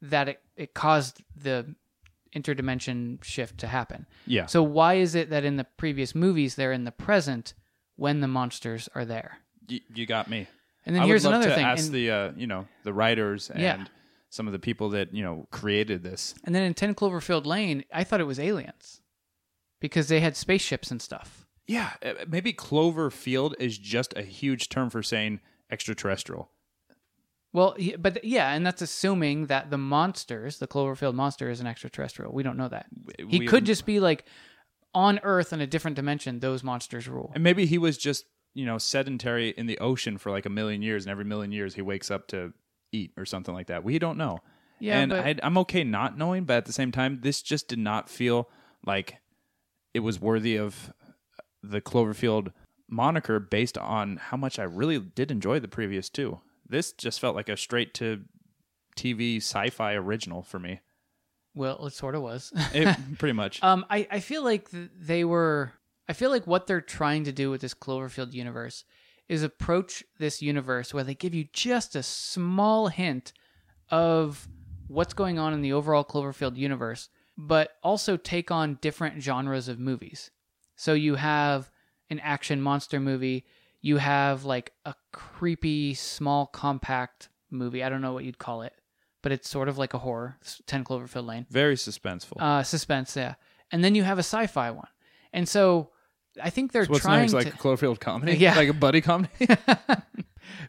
Speaker 2: that it, it caused the interdimension shift to happen.
Speaker 1: Yeah.
Speaker 2: So why is it that in the previous movies they're in the present when the monsters are there?
Speaker 1: Y- you got me.
Speaker 2: And then
Speaker 1: I
Speaker 2: here's
Speaker 1: would love
Speaker 2: another
Speaker 1: to
Speaker 2: thing.
Speaker 1: Ask
Speaker 2: and,
Speaker 1: the uh, you know the writers and
Speaker 2: Yeah.
Speaker 1: some of the people that you know created this.
Speaker 2: and then in Ten Cloverfield Lane, I thought it was aliens because they had spaceships and stuff.
Speaker 1: Yeah, uh, maybe Cloverfield is just a huge term for saying extraterrestrial.
Speaker 2: Well, y- but yeah, and that's assuming that the monsters, the Cloverfield monster, is an extraterrestrial. We don't know that. He
Speaker 1: we-
Speaker 2: could just be like on Earth in a different dimension. Those monsters rule.
Speaker 1: and maybe he was just you know sedentary in the ocean for like a million years, and every million years he wakes up to eat or something like that. We don't know.
Speaker 2: Yeah,
Speaker 1: and
Speaker 2: but-
Speaker 1: I, I'm okay not knowing, but at the same time, this just did not feel like it was worthy of the Cloverfield moniker based on how much I really did enjoy the previous two. This just felt like a straight to TV sci-fi original for me.
Speaker 2: Well, it sort of was.
Speaker 1: It, pretty much.
Speaker 2: Um, I, I feel like th- they were. I feel like what they're trying to do with this Cloverfield universe is approach this universe where they give you just a small hint of what's going on in the overall Cloverfield universe, but also take on different genres of movies. So you have an action monster movie, you have like a creepy, small, compact movie. I don't know what you'd call it, but it's sort of like a horror, 10 Cloverfield Lane
Speaker 1: Very suspenseful.
Speaker 2: uh, suspense. Yeah, and then you have a sci-fi one, and so I think they're
Speaker 1: What's
Speaker 2: trying
Speaker 1: next?
Speaker 2: to
Speaker 1: Like a Cloverfield comedy?
Speaker 2: Yeah.
Speaker 1: Like a buddy comedy?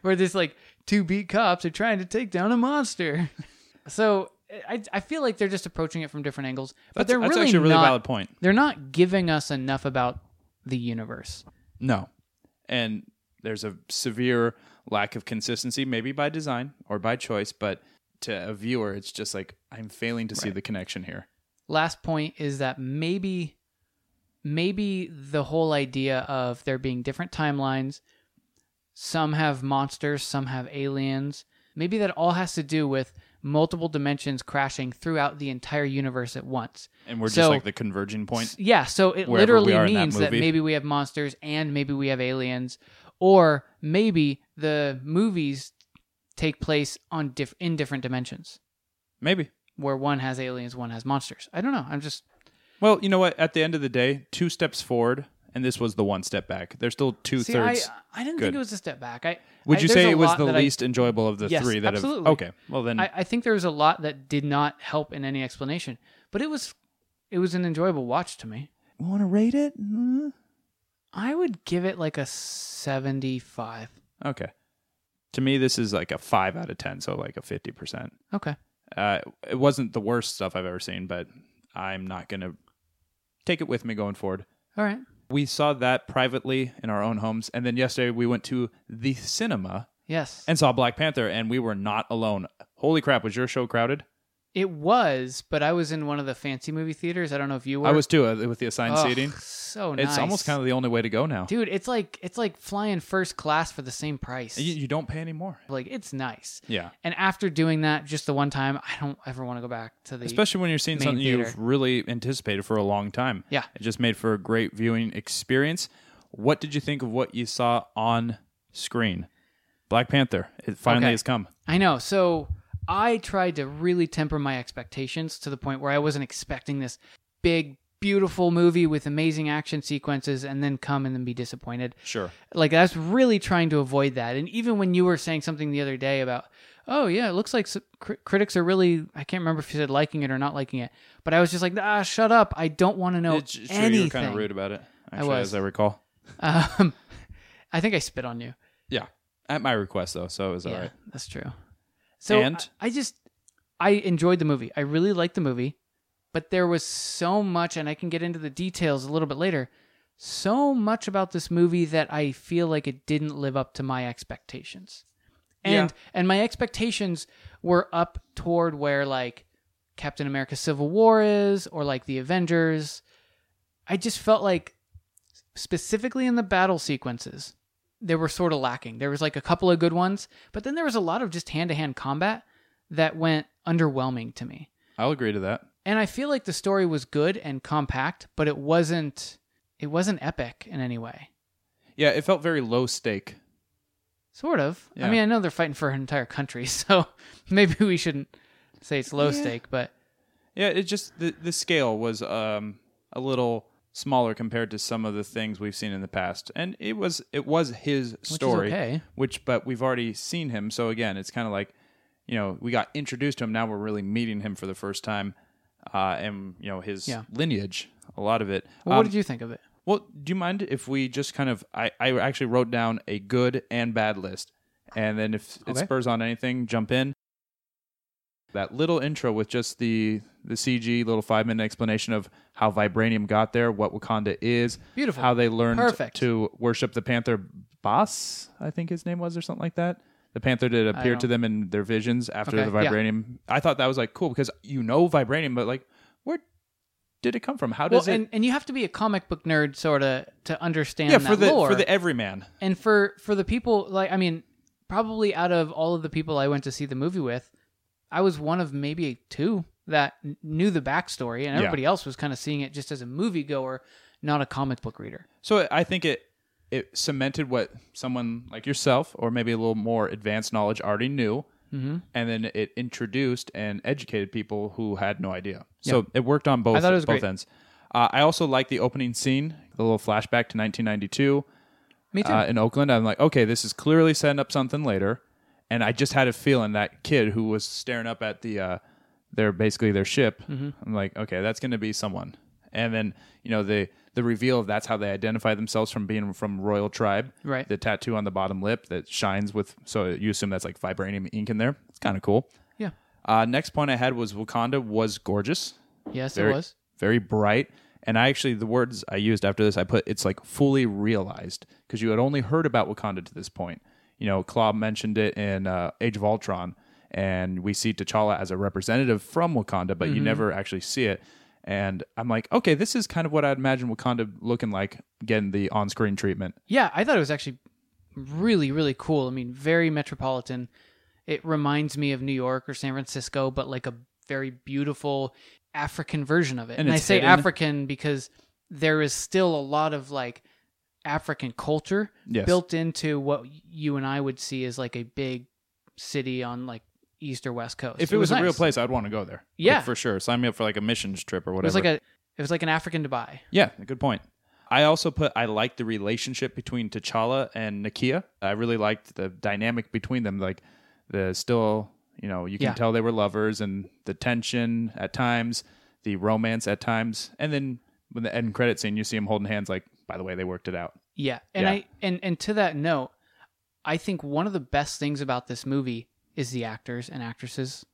Speaker 2: where this like two beat cops are trying to take down a monster. So I I feel like they're just approaching it from different angles, but
Speaker 1: That's,
Speaker 2: they're
Speaker 1: that's
Speaker 2: really
Speaker 1: actually a really
Speaker 2: not.
Speaker 1: valid point.
Speaker 2: They're not giving us enough about the universe.
Speaker 1: No. And there's a severe lack of consistency, maybe by design or by choice, but to a viewer, it's just like, I'm failing to see the connection here.
Speaker 2: Last point is that maybe maybe the whole idea of there being different timelines some have monsters, some have aliens. Maybe that all has to do with multiple dimensions crashing throughout the entire universe at once.
Speaker 1: And we're just
Speaker 2: So-
Speaker 1: like the converging point.
Speaker 2: Yeah, so it
Speaker 1: Wherever we
Speaker 2: literally
Speaker 1: are in that
Speaker 2: means that,
Speaker 1: movie.
Speaker 2: maybe we have monsters and maybe we have aliens, or maybe the movies take place on diff- in different dimensions
Speaker 1: Maybe.
Speaker 2: where one has aliens, one has monsters. I don't know. I'm just
Speaker 1: Well, you know what? At the end of the day, two steps forward and and this was the one step back. There's still two
Speaker 2: See, I,
Speaker 1: thirds.
Speaker 2: I didn't
Speaker 1: Good.
Speaker 2: think it was a step back. I
Speaker 1: Would
Speaker 2: I-
Speaker 1: you
Speaker 2: there's
Speaker 1: say
Speaker 2: a
Speaker 1: it was
Speaker 2: lot
Speaker 1: the
Speaker 2: that I-
Speaker 1: least enjoyable of the
Speaker 2: Yes,
Speaker 1: three that
Speaker 2: absolutely.
Speaker 1: have? Okay, well then,
Speaker 2: I, I think there was a lot that did not help in any explanation, but it was it was an enjoyable watch to me.
Speaker 1: want to rate it? Mm,
Speaker 2: I would give it like a seventy-five.
Speaker 1: Okay, to me this is like a five out of ten, so like a fifty percent.
Speaker 2: Okay,
Speaker 1: Uh, it wasn't the worst stuff I've ever seen, but I'm not gonna take it with me going forward.
Speaker 2: all right.
Speaker 1: We saw that privately in our own homes, and then yesterday we went to the cinema
Speaker 2: Yes,
Speaker 1: and saw Black Panther, and we were not alone. Holy crap! Was your show crowded?
Speaker 2: it was, but I was in one of the fancy movie theaters. I don't know if you were.
Speaker 1: I was too uh, with the assigned
Speaker 2: Ugh,
Speaker 1: seating.
Speaker 2: So nice.
Speaker 1: It's almost kind of the only way to go now.
Speaker 2: dude. It's like it's like flying first class for the same price.
Speaker 1: You, you don't pay anymore.
Speaker 2: like it's nice.
Speaker 1: Yeah.
Speaker 2: And after doing that, just the one time, I don't ever want to go back to the.
Speaker 1: Especially when you're seeing
Speaker 2: main
Speaker 1: something you've
Speaker 2: theater.
Speaker 1: really anticipated for a long time.
Speaker 2: Yeah.
Speaker 1: It just made for a great viewing experience. What did you think of what you saw on screen? Black Panther. It finally
Speaker 2: Okay.
Speaker 1: has come.
Speaker 2: I know. So I tried to really temper my expectations to the point where I wasn't expecting this big, beautiful movie with amazing action sequences and then come and then be disappointed.
Speaker 1: Sure.
Speaker 2: Like, I was really trying to avoid that. And even when you were saying something the other day about, oh, yeah, it looks like s- cri- critics are really, I can't remember if you said liking it or not liking it, but I was just like, ah, shut up. I don't want to know
Speaker 1: It's, sure,
Speaker 2: anything.
Speaker 1: you were kind of rude about it. Actually,
Speaker 2: was.
Speaker 1: as I recall.
Speaker 2: Um, I think I spit on you.
Speaker 1: Yeah. At my request, though, so it was all
Speaker 2: Yeah,
Speaker 1: right.
Speaker 2: that's true. So
Speaker 1: And?
Speaker 2: I, I just I enjoyed the movie. I really liked the movie, but there was so much, and I can get into the details a little bit later. So much about this movie that I feel like it didn't live up to my expectations, and and my expectations were up toward where like Captain America: Civil War is, or like the Avengers. I just felt like specifically in the battle sequences they were sort of lacking. There was like a couple of good ones, but then there was a lot of just hand to hand combat that went underwhelming to me.
Speaker 1: I'll agree to that.
Speaker 2: And I feel like the story was good and compact, but it wasn't it wasn't epic in any way.
Speaker 1: Yeah, it felt very low stake.
Speaker 2: Sort of.
Speaker 1: Yeah.
Speaker 2: I mean, I know they're fighting for an entire country, so maybe we shouldn't say it's low
Speaker 1: Yeah.
Speaker 2: stake, but
Speaker 1: Yeah, it just the the scale was um a little smaller compared to some of the things we've seen in the past, and it was it was his story,
Speaker 2: okay.
Speaker 1: which but we've already seen him, so again, it's kind of like you know we got introduced to him. Now we're really meeting him for the first time, uh, and you know his
Speaker 2: Yeah.
Speaker 1: lineage, a lot of it.
Speaker 2: well,
Speaker 1: Um,
Speaker 2: what did you think of it?
Speaker 1: well, do you mind if we just kind of I, I actually wrote down a good and bad list. And then if it
Speaker 2: Okay.
Speaker 1: spurs on anything, jump in. That little intro with just the the CG little five minute explanation of how vibranium got there, what Wakanda is,
Speaker 2: Beautiful.
Speaker 1: how they learned
Speaker 2: Perfect.
Speaker 1: to worship the Panther Boss, I think his name was, or something like that. The Panther did appear to
Speaker 2: don't-
Speaker 1: them in their visions after
Speaker 2: Okay,
Speaker 1: the
Speaker 2: yeah.
Speaker 1: vibranium. I thought that was like cool because you know vibranium, but like where did it come from? How
Speaker 2: Well,
Speaker 1: does it?
Speaker 2: and, and you have to be a comic book nerd sort of to understand
Speaker 1: yeah,
Speaker 2: that
Speaker 1: for the
Speaker 2: lore.
Speaker 1: for the everyman.
Speaker 2: and for for the people like i mean probably out of all of the people i went to see the movie with i was one of maybe two that n- knew the backstory and everybody else was kind of seeing it just as a moviegoer not a comic book reader
Speaker 1: So I think it it cemented what someone like yourself or maybe a little more advanced knowledge already knew,
Speaker 2: Mm-hmm.
Speaker 1: and then it introduced and educated people who had no idea. So it worked on both
Speaker 2: I thought it was
Speaker 1: both
Speaker 2: great.
Speaker 1: ends. Uh, I also like the opening scene, the little flashback to 1992
Speaker 2: me too
Speaker 1: uh, in Oakland. I'm like, okay, this is clearly setting up something later. And I just had a feeling that kid who was staring up at the, uh, their basically their ship.
Speaker 2: Mm-hmm.
Speaker 1: I'm like, okay, that's going to be someone. And then you know the the reveal of that's how they identify themselves from being from royal tribe.
Speaker 2: Right.
Speaker 1: The tattoo on the bottom lip that shines with so you assume that's like vibranium ink in there. It's kind of cool.
Speaker 2: yeah
Speaker 1: Uh, next point I had was Wakanda was gorgeous
Speaker 2: yes
Speaker 1: very-
Speaker 2: it was
Speaker 1: very bright. And I actually, the words I used after this, I put it's like fully realized because you had only heard about Wakanda to this point. You know, Claw mentioned it in uh, Age of Ultron, and we see T'Challa as a representative from Wakanda, but
Speaker 2: Mm-hmm.
Speaker 1: you never actually see it. And I'm like, okay, this is kind of what I'd imagine Wakanda looking like, getting the on screen treatment.
Speaker 2: yeah i thought it was actually really really cool i mean very metropolitan it reminds me of new york or san francisco but like a very beautiful african version of it
Speaker 1: And
Speaker 2: and i
Speaker 1: it's
Speaker 2: say
Speaker 1: hidden.
Speaker 2: african because there is still a lot of like African culture
Speaker 1: Yes.
Speaker 2: built into what you and I would see as like a big city on like east or west coast.
Speaker 1: If it, was, a real
Speaker 2: nice.
Speaker 1: place, I'd want to go there. Like,
Speaker 2: Yeah.
Speaker 1: for sure. Sign me up for like a missions trip or
Speaker 2: it
Speaker 1: whatever.
Speaker 2: was like a it was like an African Dubai.
Speaker 1: yeah, good point. I also put I liked the relationship between T'Challa and Nakia. I really liked the dynamic between them. Like the still, you know, you can
Speaker 2: Yeah.
Speaker 1: tell they were lovers, and the tension at times, the romance at times, and then when the end credit scene, you see them holding hands. Like by the way, they worked it out.
Speaker 2: Yeah. And
Speaker 1: Yeah.
Speaker 2: I and and to that note, I think one of the best things about this movie is the actors and actresses.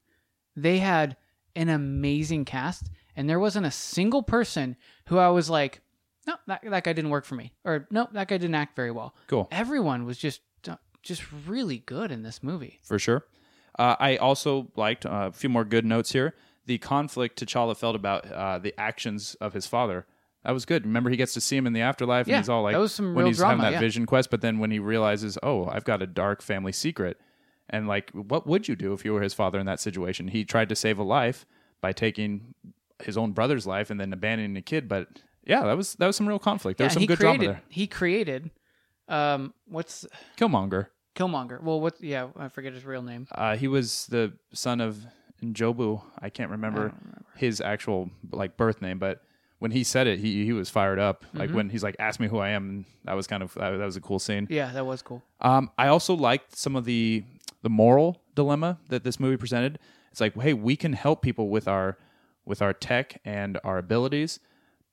Speaker 2: They had an amazing cast and there wasn't a single person who I was like, no, that, that guy didn't work for me or no, that guy didn't act very well.
Speaker 1: Cool.
Speaker 2: Everyone was just uh, just really good in this movie.
Speaker 1: for sure. Uh, I also liked uh, a few more good notes here. The conflict T'Challa felt about uh, the actions of his father. That was good. Remember, he gets to see him in the afterlife,
Speaker 2: Yeah,
Speaker 1: and he's all like,
Speaker 2: that was some
Speaker 1: when
Speaker 2: real
Speaker 1: he's having
Speaker 2: drama,
Speaker 1: that
Speaker 2: yeah.
Speaker 1: vision quest. But then when he realizes, oh, I've got a dark family secret, and like, what would you do if you were his father in that situation? He tried to save a life by taking his own brother's life and then abandoning a kid. But yeah, that was that was some real conflict. There
Speaker 2: Yeah,
Speaker 1: was some
Speaker 2: he
Speaker 1: good
Speaker 2: created
Speaker 1: drama
Speaker 2: he created um what's
Speaker 1: there. Killmonger.
Speaker 2: Killmonger. Well, what yeah, I forget his real name.
Speaker 1: Uh, he was the son of Njobu. I can't remember, his actual like birth name, but when he said it, he he was fired up. Like when he's like, "Ask me who I am." and That was kind of that, that was a cool scene.
Speaker 2: Yeah, that was cool.
Speaker 1: Um, I also liked some of the the moral dilemma that this movie presented. It's like, hey, we can help people with our with our tech and our abilities,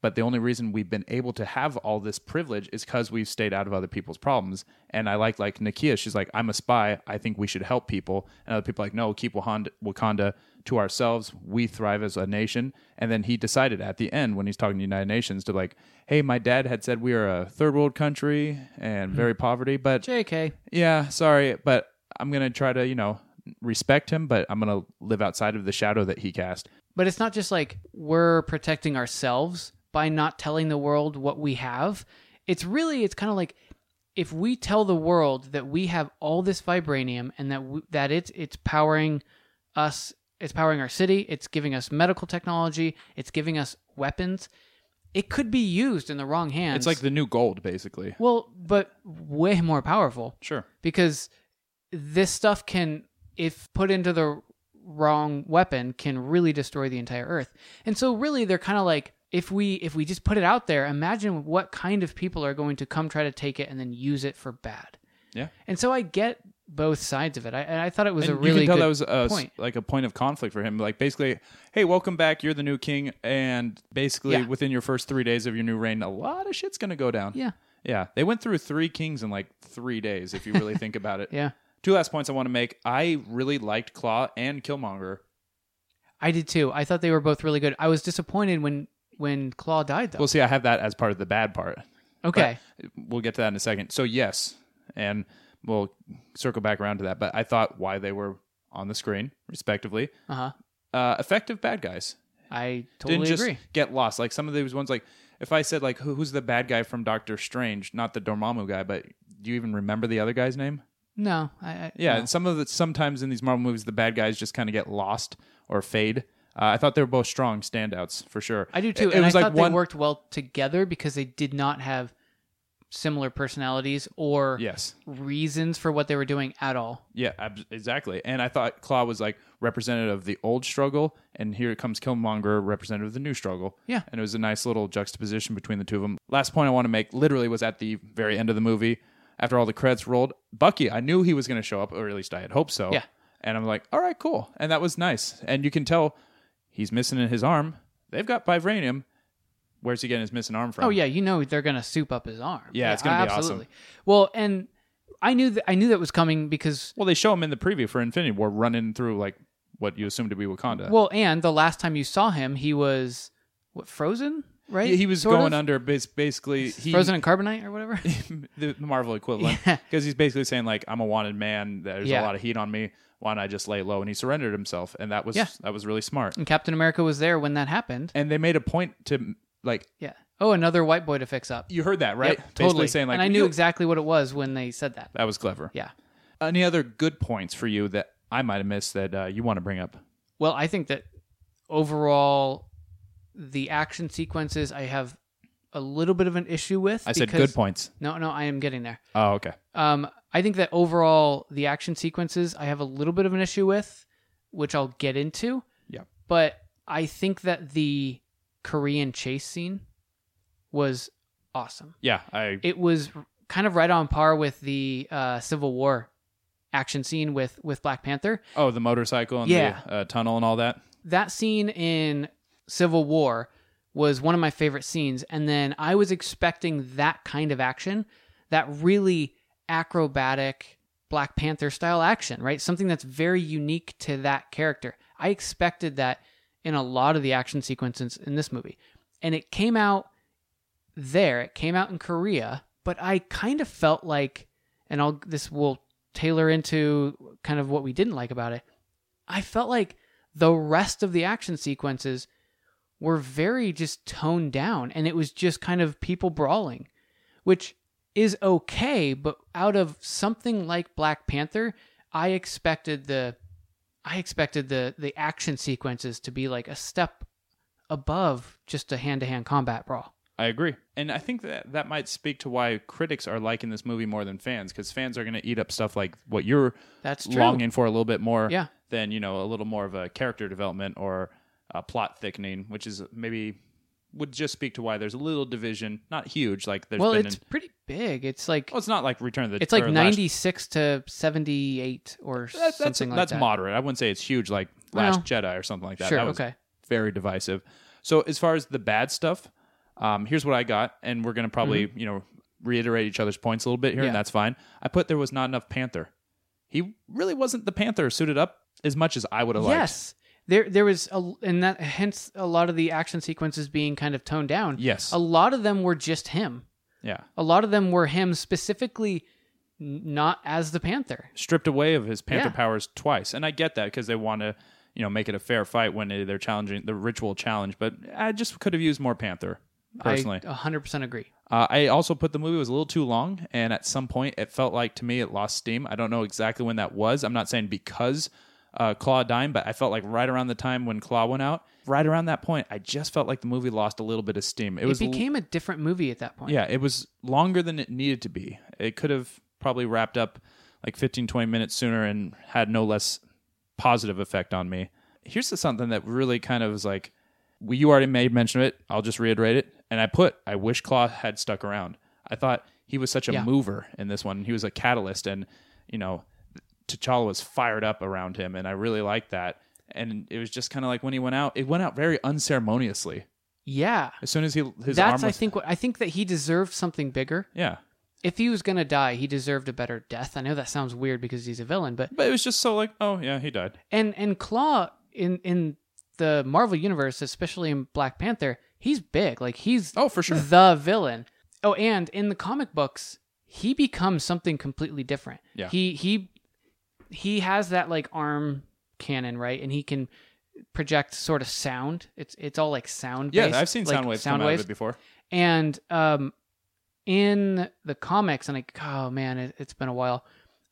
Speaker 1: but the only reason we've been able to have all this privilege is because we've stayed out of other people's problems. And I like like Nakia, she's like, I'm a spy. I think we should help people. And other people are like, no, keep Wakanda, Wakanda to ourselves. We thrive as a nation. And then he decided at the end when he's talking to the United Nations to like, hey, my dad had said we are a third world country and very poverty, but
Speaker 2: JK.
Speaker 1: yeah, sorry, but I'm gonna try to, you know, respect him, but I'm gonna live outside of the shadow that he cast.
Speaker 2: But it's not just like we're protecting ourselves by not telling the world what we have. It's really it's kind of like if we tell the world that we have all this vibranium and that we, that it's it's powering us, it's powering our city, it's giving us medical technology, it's giving us weapons. It could be used in the wrong hands.
Speaker 1: It's like the new gold, basically.
Speaker 2: well, but way more powerful.
Speaker 1: Sure.
Speaker 2: because this stuff can if put into the wrong weapon can really destroy the entire earth and so really they're kind of like if we if we just put it out there imagine what kind of people are going to come try to take it and then use it for bad
Speaker 1: Yeah.
Speaker 2: and so i get both sides of it i, and I thought it was
Speaker 1: And
Speaker 2: a really
Speaker 1: you can tell
Speaker 2: good
Speaker 1: that was a,
Speaker 2: point.
Speaker 1: like a point of conflict for him. Like basically, hey, welcome back. You're the new king, and basically
Speaker 2: Yeah.
Speaker 1: within your first three days of your new reign, a lot of shit's gonna go down.
Speaker 2: yeah
Speaker 1: Yeah, they went through three kings in like three days, if you really think about it.
Speaker 2: yeah
Speaker 1: Two last points I want to make. I really liked Claw and Killmonger.
Speaker 2: i did too i thought they were both really good i was disappointed when when claw died though
Speaker 1: Well, see, I have that as part of the bad part.
Speaker 2: okay
Speaker 1: we'll get to that in a second. So yes, and we'll circle back around to that. But I thought why they were on the screen, respectively,
Speaker 2: uh-huh
Speaker 1: uh, effective bad guys
Speaker 2: i totally
Speaker 1: didn't
Speaker 2: agree
Speaker 1: just get lost. Like some of these ones, like if I said like who, who's the bad guy from Doctor Strange, not the Dormammu guy, but do you even remember the other guy's name?
Speaker 2: no i, I
Speaker 1: Yeah,
Speaker 2: no.
Speaker 1: and some of the sometimes in these Marvel movies, the bad guys just kind of get lost or fade. Uh, I thought they were both strong standouts for sure.
Speaker 2: I do too.
Speaker 1: It,
Speaker 2: and
Speaker 1: was
Speaker 2: I
Speaker 1: like
Speaker 2: thought
Speaker 1: one
Speaker 2: they worked well together because they did not have similar personalities or
Speaker 1: yes.
Speaker 2: reasons for what they were doing at all.
Speaker 1: Yeah, ab- exactly. And I thought Claw was like representative of the old struggle, and here comes Killmonger, representative of the new struggle.
Speaker 2: Yeah.
Speaker 1: And it was a nice little juxtaposition between the two of them. Last point I want to make literally was at the very end of the movie. After all the credits rolled, Bucky, I knew he was going to show up, or at least I had hoped so.
Speaker 2: Yeah.
Speaker 1: And I'm like, all right, cool. And that was nice. And you can tell he's missing in his arm. They've got vibranium. Where's he getting his missing arm from?
Speaker 2: Oh yeah, you know they're gonna soup up his arm.
Speaker 1: Yeah, it's gonna be awesome.
Speaker 2: Well, and I knew that I knew that was coming because
Speaker 1: Well, they show him in the preview for Infinity War running through like what you assume to be Wakanda.
Speaker 2: well, and the last time you saw him, he was what frozen, right?
Speaker 1: Yeah, he was
Speaker 2: Sort
Speaker 1: going
Speaker 2: of?
Speaker 1: under bas- basically he,
Speaker 2: frozen in carbonite or whatever.
Speaker 1: the Marvel equivalent
Speaker 2: Yeah.
Speaker 1: because he's basically saying like I'm a wanted man. There's
Speaker 2: Yeah.
Speaker 1: a lot of heat on me. Why don't I just lay low? And he surrendered himself, and that was
Speaker 2: Yeah.
Speaker 1: that was really smart.
Speaker 2: and Captain America was there when that happened.
Speaker 1: And they made a point to like
Speaker 2: Yeah. Oh, another white boy to fix up.
Speaker 1: you heard that right?
Speaker 2: Yep,
Speaker 1: Basically
Speaker 2: totally.
Speaker 1: saying like
Speaker 2: and I knew
Speaker 1: "Yo."
Speaker 2: exactly what it was when they said that.
Speaker 1: that was clever.
Speaker 2: Yeah.
Speaker 1: Any other good points for you that I might have missed that uh, you want to bring up?
Speaker 2: Well, I think that overall, the action sequences I have a little bit of an issue with.
Speaker 1: I said
Speaker 2: because-
Speaker 1: good points.
Speaker 2: No, no, I am getting there.
Speaker 1: Oh, okay.
Speaker 2: Um, I think that overall, the action sequences I have a little bit of an issue with, which I'll get into.
Speaker 1: Yeah.
Speaker 2: But I think that the Korean chase scene was awesome.
Speaker 1: Yeah, I
Speaker 2: It was r- kind of right on par with the uh, Civil War action scene with with Black Panther.
Speaker 1: oh the motorcycle and
Speaker 2: Yeah.
Speaker 1: the uh, tunnel and all that.
Speaker 2: That scene in Civil War was one of my favorite scenes, and then I was expecting that kind of action, that really acrobatic Black Panther style action, right? Something that's very unique to that character. I expected that in a lot of the action sequences in this movie. And it came out there, it came out in Korea, but I kind of felt like, and I'll, this will tailor into kind of what we didn't like about it. I felt like the rest of the action sequences were very just toned down and it was just kind of people brawling, which is okay, but out of something like Black Panther, I expected the I expected the the action sequences to be like a step above just a hand-to-hand combat brawl.
Speaker 1: I agree. And I think that that might speak to why critics are liking this movie more than fans cuz fans are going to eat up stuff like what you're
Speaker 2: That's true.
Speaker 1: longing for a little bit more
Speaker 2: Yeah.
Speaker 1: than, you know, a little more of a character development or uh, plot thickening, which is maybe would just speak to why there's a little division, not huge like there's
Speaker 2: well,
Speaker 1: been
Speaker 2: it's
Speaker 1: in
Speaker 2: pretty big. It's like
Speaker 1: Well, it's not like Return of the
Speaker 2: it's like
Speaker 1: or Last
Speaker 2: 96 to 78 or
Speaker 1: That's, that's,
Speaker 2: something like
Speaker 1: that's
Speaker 2: that.
Speaker 1: moderate. I wouldn't say it's huge like
Speaker 2: Well,
Speaker 1: Last Jedi or something like that.
Speaker 2: Sure,
Speaker 1: That was
Speaker 2: okay.
Speaker 1: Very divisive. So as far as the bad stuff, um, here's what I got, and we're gonna probably you know reiterate each other's points a little bit here,
Speaker 2: Mm-hmm. Yeah.
Speaker 1: and that's fine. I put there was not enough Panther. He really wasn't the Panther suited up as much as I would have liked.
Speaker 2: Yes. There there was a and that hence a lot of the action sequences being kind of toned down.
Speaker 1: Yes.
Speaker 2: A lot of them were just him.
Speaker 1: Yeah.
Speaker 2: A lot of them were him specifically n- not as the panther.
Speaker 1: Stripped away of his Panther
Speaker 2: Yeah.
Speaker 1: powers twice, and I get that because they want to you know make it a fair fight when they- they're challenging the ritual challenge. But I just could have used more Panther personally.
Speaker 2: I 100% agree.
Speaker 1: Uh, I also put the movie was a little too long, and at some point it felt like to me it lost steam. I don't know exactly when that was. I'm not saying because uh, Claw Dime, but I felt like right around the time when Claw went out, right around that point, I just felt like the movie lost a little bit of steam. It,
Speaker 2: It,
Speaker 1: was
Speaker 2: became a different movie at that point.
Speaker 1: yeah, it was longer than it needed to be. It could have probably wrapped up like 15, 20 minutes sooner and had no less positive effect on me. Here's the- something that really kind of was like, well, you already made mention of it. I'll just reiterate it. And I put, I wish Claw had stuck around. I thought he was such a
Speaker 2: Yeah.
Speaker 1: mover in this one. He was a catalyst. And, you know, T'Challa was fired up around him. And I really liked that. And it was just kind of like when he went out, it went out very unceremoniously.
Speaker 2: Yeah.
Speaker 1: As soon as he, his arm was,
Speaker 2: That's I think what I think that he deserved something bigger.
Speaker 1: yeah.
Speaker 2: If he was going to die, he deserved a better death. I know that sounds weird because he's a villain, but
Speaker 1: But it was just so like, oh yeah, he died.
Speaker 2: and and Claw in in the Marvel universe, especially in Black Panther, he's big. Like he's
Speaker 1: Oh, for sure.
Speaker 2: the villain. Oh, and in the comic books, he becomes something completely different.
Speaker 1: Yeah.
Speaker 2: He he he has that like arm cannon, right? And he can project sort of sound. It's it's all like sound.
Speaker 1: Yeah,
Speaker 2: based,
Speaker 1: I've seen
Speaker 2: like,
Speaker 1: sound waves come out of it before.
Speaker 2: and um, in the comics, and like, oh man, it, it's been a while.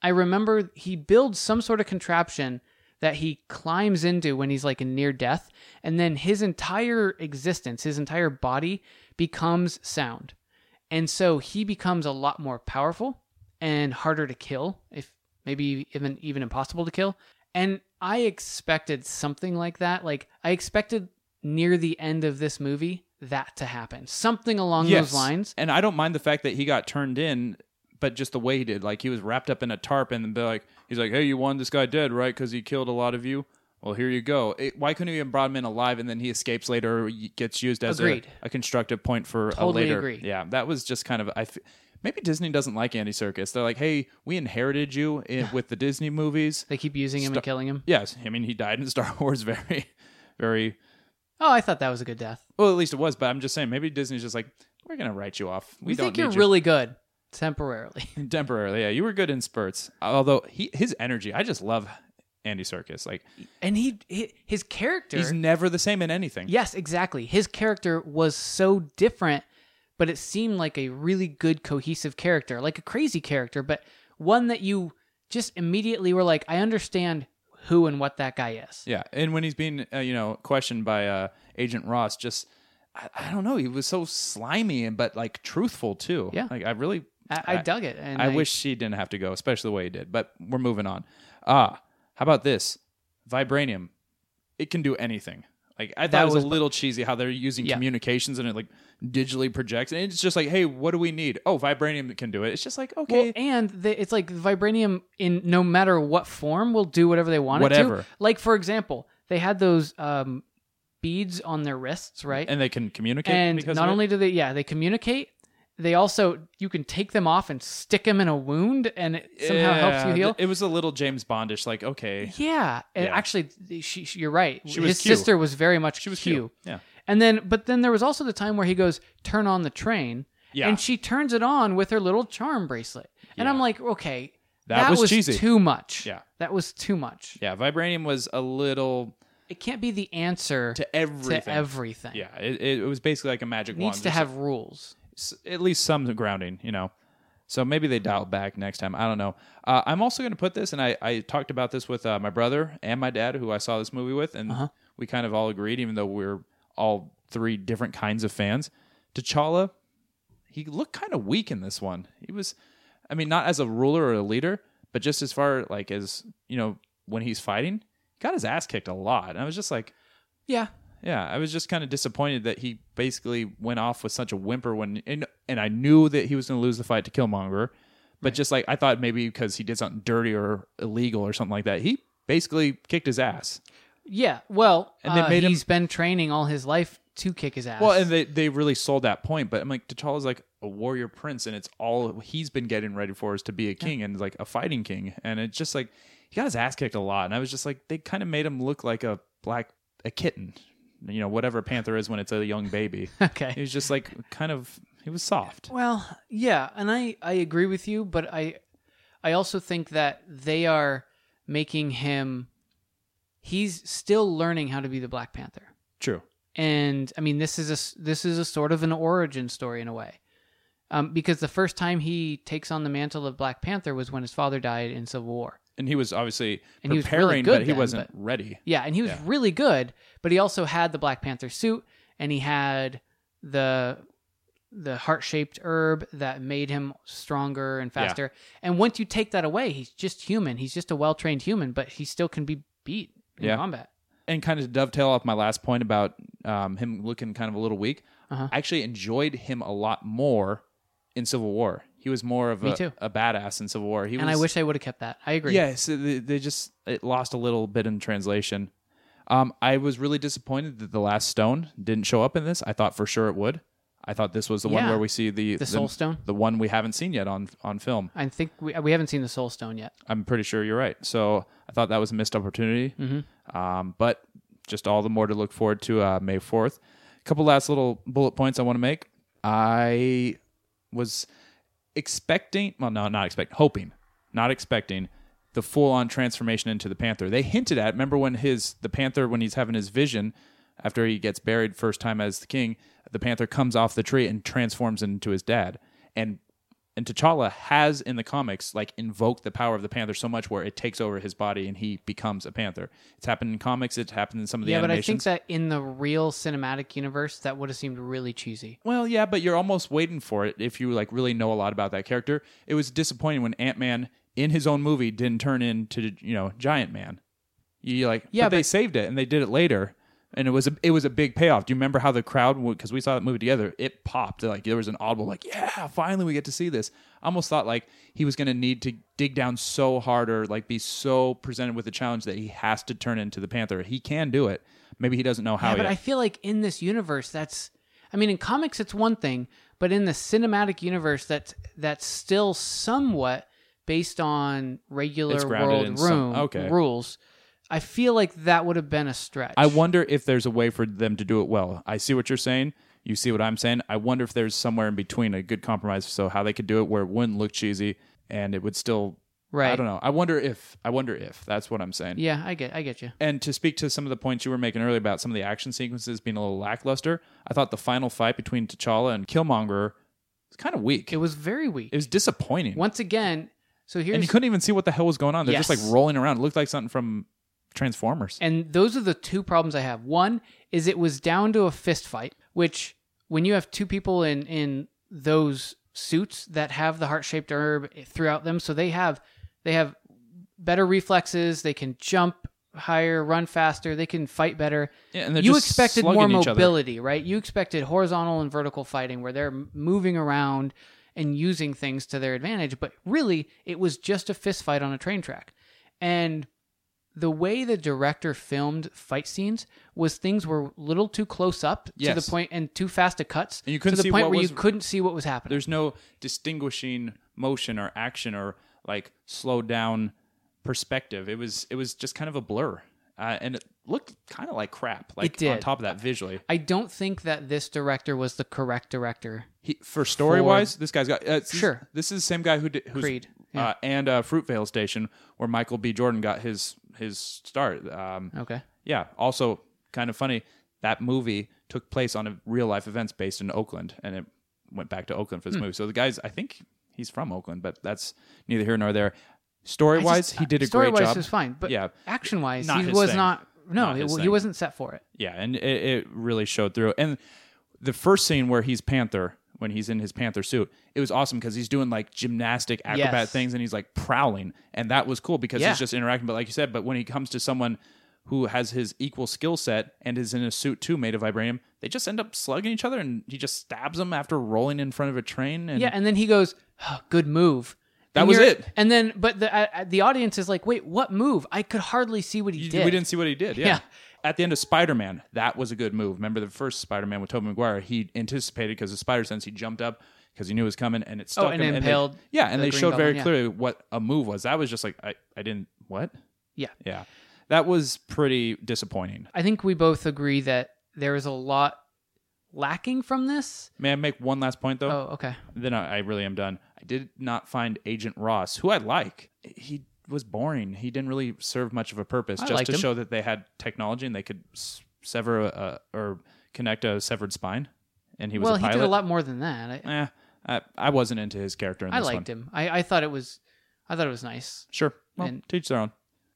Speaker 2: I remember he builds some sort of contraption that he climbs into when he's like in near death, and then his entire existence, his entire body becomes sound, and so he becomes a lot more powerful and harder to kill, if maybe even even impossible to kill. And I expected something like that. Like I expected near the end of this movie that to happen, something along those lines.
Speaker 1: And I don't mind the fact that he got turned in, but just the way he did, like he was wrapped up in a tarp, and they're like, he's like, hey, you wanted this guy dead, right? Because he killed a lot of you. Well, here you go. It, why couldn't he have brought him in alive, and then he escapes later, or y- gets used as a,
Speaker 2: Agreed.
Speaker 1: a constructive point for
Speaker 2: Totally
Speaker 1: a later.
Speaker 2: agree.
Speaker 1: Yeah, that was just kind of I. F- maybe Disney doesn't like Andy Circus. They're like, hey, we inherited you in, with the Disney movies.
Speaker 2: They keep using him and killing him.
Speaker 1: Yes, I mean he died in Star Wars. Very, very
Speaker 2: Oh, I thought that was a good death.
Speaker 1: Well, at least it was, but I'm just saying maybe Disney's just like we're gonna write you off. We,
Speaker 2: We,
Speaker 1: don't
Speaker 2: think
Speaker 1: need
Speaker 2: you're
Speaker 1: you
Speaker 2: really good temporarily.
Speaker 1: temporarily. Yeah, you were good in spurts. Although he, his energy, I just love Andy Circus. Like
Speaker 2: and he, he his character
Speaker 1: he's never the same in anything.
Speaker 2: Yes, exactly. His character was so different, but it seemed like a really good cohesive character, like a crazy character, but one that you just immediately were like, I understand who and what that guy is.
Speaker 1: Yeah, and when he's being uh, you know questioned by uh, Agent Ross, just I, I don't know, he was so slimy and but like truthful too.
Speaker 2: Yeah.
Speaker 1: like I really
Speaker 2: I, I dug it, and
Speaker 1: I, wish she didn't have to go, especially the way he did. But we're moving on. Ah, how about this vibranium? It can do anything. Like I thought
Speaker 2: That
Speaker 1: it was,
Speaker 2: was-
Speaker 1: a little cheesy how they're using
Speaker 2: Yeah.
Speaker 1: communications and it like digitally projects, and it's just like, hey, what do we need? Oh, vibranium can do it. It's just like okay,
Speaker 2: Well, and the, it's like vibranium in no matter what form will do whatever they want it
Speaker 1: Whatever.
Speaker 2: to. Like for example, they had those um, beads on their wrists, right?
Speaker 1: and they can communicate.
Speaker 2: and
Speaker 1: because
Speaker 2: not
Speaker 1: of it?
Speaker 2: only do they yeah they communicate they also you can take them off and stick them in a wound and it somehow helps you
Speaker 1: Yeah,
Speaker 2: heal
Speaker 1: It was a little James Bondish. Like okay,
Speaker 2: yeah, and
Speaker 1: Yeah.
Speaker 2: actually she, she you're right
Speaker 1: She was
Speaker 2: his
Speaker 1: Q.
Speaker 2: sister was very much
Speaker 1: she was
Speaker 2: Q.
Speaker 1: cute. Yeah,
Speaker 2: and then but then there was also the time where he goes turn on the train
Speaker 1: Yeah.
Speaker 2: and she turns it on with her little charm bracelet and i'm like okay
Speaker 1: That was cheesy.
Speaker 2: too much
Speaker 1: Yeah.
Speaker 2: that was too much
Speaker 1: yeah. Vibranium was a little
Speaker 2: it can't be the answer
Speaker 1: to everything.
Speaker 2: to everything
Speaker 1: yeah, it, it was basically like a magic
Speaker 2: it needs
Speaker 1: wand.
Speaker 2: to
Speaker 1: Just
Speaker 2: have rules
Speaker 1: s- at least some grounding, you know. So maybe they dial it back next time. I don't know. Uh, I'm also going to put this, and I, I talked about this with uh, my brother and my dad, who I saw this movie with, and we kind of all agreed, even though we're all three different kinds of fans. T'Challa, he looked kind of weak in this one. He was, I mean, not as a ruler or a leader, but just as far like as you know when he's fighting, he got his ass kicked a lot. And I was just like,
Speaker 2: yeah
Speaker 1: yeah, I was just kind of disappointed that he basically went off with such a whimper when, and, and I knew that he was going to lose the fight to Killmonger, but just like I thought maybe because he did something dirty or illegal or something like that, he basically kicked his ass.
Speaker 2: Yeah, well,
Speaker 1: And they
Speaker 2: uh,
Speaker 1: made him-
Speaker 2: he's been training all his life to kick his ass.
Speaker 1: Well, and they, they really sold that point, but I'm like, T'Challa's like a warrior prince, and it's all he's been getting ready for is to be a king and like a fighting king, and it's just like he got his ass kicked a lot, and I was just like, they kind of made him look like a black a kitten, you know, whatever a panther is when it's a young baby. He
Speaker 2: okay.
Speaker 1: was just like kind of he was soft.
Speaker 2: Well, yeah, and I I agree with you, but I I also think that they are making him he's still learning how to be the Black Panther.
Speaker 1: True.
Speaker 2: And I mean, this is a s- this is a sort of an origin story in a way. Um, because the first time he takes on the mantle of Black Panther was when his father died in Civil War.
Speaker 1: And he was obviously
Speaker 2: And he was
Speaker 1: preparing,
Speaker 2: really good
Speaker 1: but he
Speaker 2: then,
Speaker 1: wasn't ready.
Speaker 2: Yeah, and he was
Speaker 1: Yeah.
Speaker 2: really good, but he also had the Black Panther suit and he had the the heart-shaped herb that made him stronger and
Speaker 1: Yeah.
Speaker 2: faster. And once you take that away, he's just human. He's just a well-trained human, but he still can be beat in
Speaker 1: Yeah.
Speaker 2: combat.
Speaker 1: And kind of to dovetail off my last point about um, him looking kind of a little weak,
Speaker 2: Uh-huh.
Speaker 1: I actually enjoyed him a lot more in Civil War. He was more of
Speaker 2: Me
Speaker 1: a,
Speaker 2: too.
Speaker 1: a badass in Civil War. He
Speaker 2: And
Speaker 1: was,
Speaker 2: I wish I would have kept that. I agree.
Speaker 1: Yeah, so they, they just it lost a little bit in translation. Um, I was really disappointed that the last stone didn't show up in this. I thought for sure it would. I thought this was the one
Speaker 2: Yeah.
Speaker 1: where we see the
Speaker 2: The Soul Stone?
Speaker 1: the one we haven't seen yet on on film.
Speaker 2: I think we we haven't seen the Soul Stone yet.
Speaker 1: I'm pretty sure you're right. So I thought that was a missed opportunity. Um, but just all the more to look forward to uh, May 4th. A couple last little bullet points I want to make. I was expecting, well, no, not expecting, hoping, not expecting the full on transformation into the Panther. They hinted at, remember when his, the Panther, when he's having his vision after he gets buried first time as the king, the Panther comes off the tree and transforms into his dad. And and T'Challa has in the comics like invoked the power of the Panther so much where it takes over his body and he becomes a Panther. It's happened in comics. It's happened in some of the
Speaker 2: yeah, but I think
Speaker 1: animations.
Speaker 2: that in the real cinematic universe that would have seemed really cheesy.
Speaker 1: well, yeah, but you're almost waiting for it if you like really know a lot about that character. It was disappointing when Ant Man in his own movie didn't turn into you know Giant Man. You like
Speaker 2: Yeah,
Speaker 1: yeah,
Speaker 2: but-
Speaker 1: they saved it and they did it later. And it was a it was a big payoff. Do you remember how the crowd because we saw that movie together? It popped like there was an audible like yeah, finally we get to see this. I almost thought like he was going to need to dig down so hard or like be so presented with a challenge that he has to turn into the Panther. He can do it. Maybe he doesn't know how.
Speaker 2: yeah, but
Speaker 1: yet.
Speaker 2: I feel like in this universe, that's. I mean, in comics, it's one thing, but in the cinematic universe, that's that's still somewhat based on regular
Speaker 1: It's grounded in
Speaker 2: world
Speaker 1: some-
Speaker 2: room
Speaker 1: okay.
Speaker 2: rules. I feel like that would have been a stretch.
Speaker 1: I wonder if there's a way for them to do it well. I see what you're saying. You see what I'm saying. I wonder if there's somewhere in between a good compromise. So how they could do it where it wouldn't look cheesy and it would still.
Speaker 2: right?
Speaker 1: I don't know. I wonder if. I wonder if that's what I'm saying.
Speaker 2: Yeah, I get, I get you.
Speaker 1: And to speak to some of the points you were making earlier about some of the action sequences being a little lackluster, I thought the final fight between T'Challa and Killmonger was kind of weak.
Speaker 2: It was very weak.
Speaker 1: It was disappointing.
Speaker 2: Once again, so here's
Speaker 1: and you couldn't even see what the hell was going on. They're just
Speaker 2: Yes.
Speaker 1: like rolling around. It looked like something from Transformers.
Speaker 2: And those are the two problems I have. One is it was down to a fist fight, which when you have two people in in those suits that have the heart shaped herb throughout them, so they have they have better reflexes, they can jump higher, run faster. They can fight better.
Speaker 1: Yeah, and they're
Speaker 2: you
Speaker 1: just
Speaker 2: expected
Speaker 1: slugging
Speaker 2: more
Speaker 1: each other.
Speaker 2: mobility, right? You expected horizontal and vertical fighting where they're m- moving around and using things to their advantage, but really it was just a fist fight on a train track. And the way the director filmed fight scenes was things were a little too close up to
Speaker 1: Yes.
Speaker 2: the point and too fast to cuts
Speaker 1: And you couldn't
Speaker 2: to the
Speaker 1: see
Speaker 2: point
Speaker 1: what
Speaker 2: where
Speaker 1: was-
Speaker 2: you couldn't see what was happening.
Speaker 1: There's no distinguishing motion or action or like slowed down perspective. It was it was just kind of a blur, uh, and it looked kind of like crap. Like
Speaker 2: did.
Speaker 1: on top of that, visually,
Speaker 2: I don't think that this director was the correct director.
Speaker 1: he, for story wise, this guy's got uh, this is-
Speaker 2: Sure.
Speaker 1: This is the same guy who did who's,
Speaker 2: Creed,
Speaker 1: uh, and uh, Fruitvale Station, where Michael B. Jordan got his his start. Um,
Speaker 2: Okay.
Speaker 1: yeah. Also, kind of funny that movie took place on a real life events based in Oakland, and it went back to Oakland for this movie. So the guys, I think he's from Oakland, but that's neither here nor there. Story wise, he did a
Speaker 2: story
Speaker 1: great job.
Speaker 2: wise was fine, but
Speaker 1: Yeah.
Speaker 2: action wise,
Speaker 1: Not
Speaker 2: he
Speaker 1: his
Speaker 2: was
Speaker 1: thing.
Speaker 2: not. No,
Speaker 1: Not
Speaker 2: he,
Speaker 1: his
Speaker 2: he
Speaker 1: thing.
Speaker 2: wasn't set for it.
Speaker 1: Yeah, and it, it really showed through. And the first scene where he's Panther, when he's in his Panther suit, it was awesome because he's doing like gymnastic acrobat
Speaker 2: Yes.
Speaker 1: things and he's like prowling. And that was cool because
Speaker 2: Yeah.
Speaker 1: he's just interacting. But like you said, but when he comes to someone who has his equal skill set and is in a suit too made of vibranium, they just end up slugging each other and he just stabs them after rolling in front of a train. And
Speaker 2: Yeah, and then he goes, "Oh, "Good move."
Speaker 1: That
Speaker 2: And
Speaker 1: was
Speaker 2: you're-
Speaker 1: it.
Speaker 2: And then, but the uh, uh, the audience is like, "Wait, what move?" I could hardly see what he
Speaker 1: You-
Speaker 2: did.
Speaker 1: We didn't see what he did. Yeah.
Speaker 2: Yeah.
Speaker 1: At the end of Spider Man, that was a good move. Remember the first Spider Man with Tobey Maguire? He anticipated because of spider sense. He jumped up because he knew it was coming, and it stuck
Speaker 2: Oh, and
Speaker 1: him. they-
Speaker 2: impaled
Speaker 1: yeah, and
Speaker 2: the
Speaker 1: they
Speaker 2: Green
Speaker 1: showed very
Speaker 2: Goblin, yeah.
Speaker 1: clearly what a move was. That was just like I, I didn't what?
Speaker 2: Yeah.
Speaker 1: Yeah, that was pretty disappointing.
Speaker 2: I think we both agree that there is a lot lacking from this.
Speaker 1: May I make one last point though?
Speaker 2: Oh, okay.
Speaker 1: Then I, I really am done. I did not find Agent Ross, who I like. He was boring. He didn't really serve much of a purpose.
Speaker 2: I
Speaker 1: just
Speaker 2: liked
Speaker 1: to
Speaker 2: him.
Speaker 1: show that they had technology and they could s- sever a, a, or connect a severed spine. And he was
Speaker 2: well,
Speaker 1: a
Speaker 2: he
Speaker 1: pilot.
Speaker 2: did a lot more than that. I,
Speaker 1: Eh, I, I wasn't into his character in
Speaker 2: I
Speaker 1: this one.
Speaker 2: liked him. I, I thought it was, I thought it was nice,
Speaker 1: Sure. Well,
Speaker 2: And-
Speaker 1: teach their own.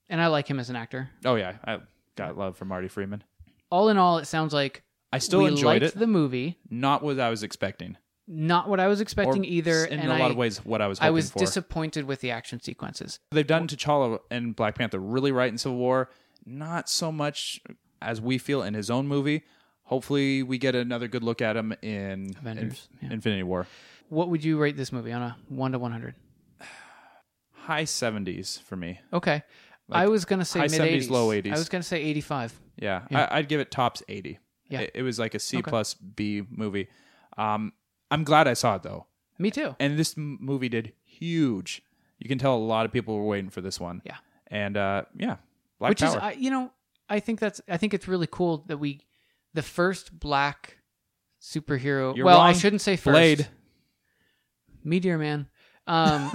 Speaker 2: and I like him as an actor.
Speaker 1: Oh yeah, I got love for Marty Freeman.
Speaker 2: All in all, it sounds like
Speaker 1: I still
Speaker 2: we
Speaker 1: enjoyed
Speaker 2: liked
Speaker 1: it.
Speaker 2: the movie.
Speaker 1: Not what I was expecting.
Speaker 2: Not what I was
Speaker 1: Or
Speaker 2: expecting either.
Speaker 1: In
Speaker 2: and
Speaker 1: a lot
Speaker 2: I-
Speaker 1: of ways, what I was hoping
Speaker 2: I was
Speaker 1: for.
Speaker 2: disappointed with the action sequences.
Speaker 1: They've done T'Challa and Black Panther really right in Civil War, not so much as we feel in his own movie. Hopefully, we get another good look at him in
Speaker 2: Avengers,
Speaker 1: in- Infinity War.
Speaker 2: What would you rate this movie on a 1 to 100?
Speaker 1: High 70s for me.
Speaker 2: Okay. I was going to say
Speaker 1: high
Speaker 2: mid
Speaker 1: 70s,
Speaker 2: 80s.
Speaker 1: low
Speaker 2: I
Speaker 1: 80s.
Speaker 2: was going to say 85.
Speaker 1: Yeah, I, I'd give it tops 80.
Speaker 2: Yeah.
Speaker 1: It, it was like a C
Speaker 2: Okay.
Speaker 1: plus B movie. Um, I'm glad I saw it though.
Speaker 2: Me too.
Speaker 1: and this m- movie did huge. You can tell a lot of people were waiting for this one.
Speaker 2: Yeah.
Speaker 1: and uh, yeah, Black
Speaker 2: Which is
Speaker 1: Power.
Speaker 2: I, you know, I think that's I think it's really cool that we the first black superhero
Speaker 1: You're
Speaker 2: Well, I
Speaker 1: wrong.
Speaker 2: shouldn't say first.
Speaker 1: Blade.
Speaker 2: Meteor Man. Um,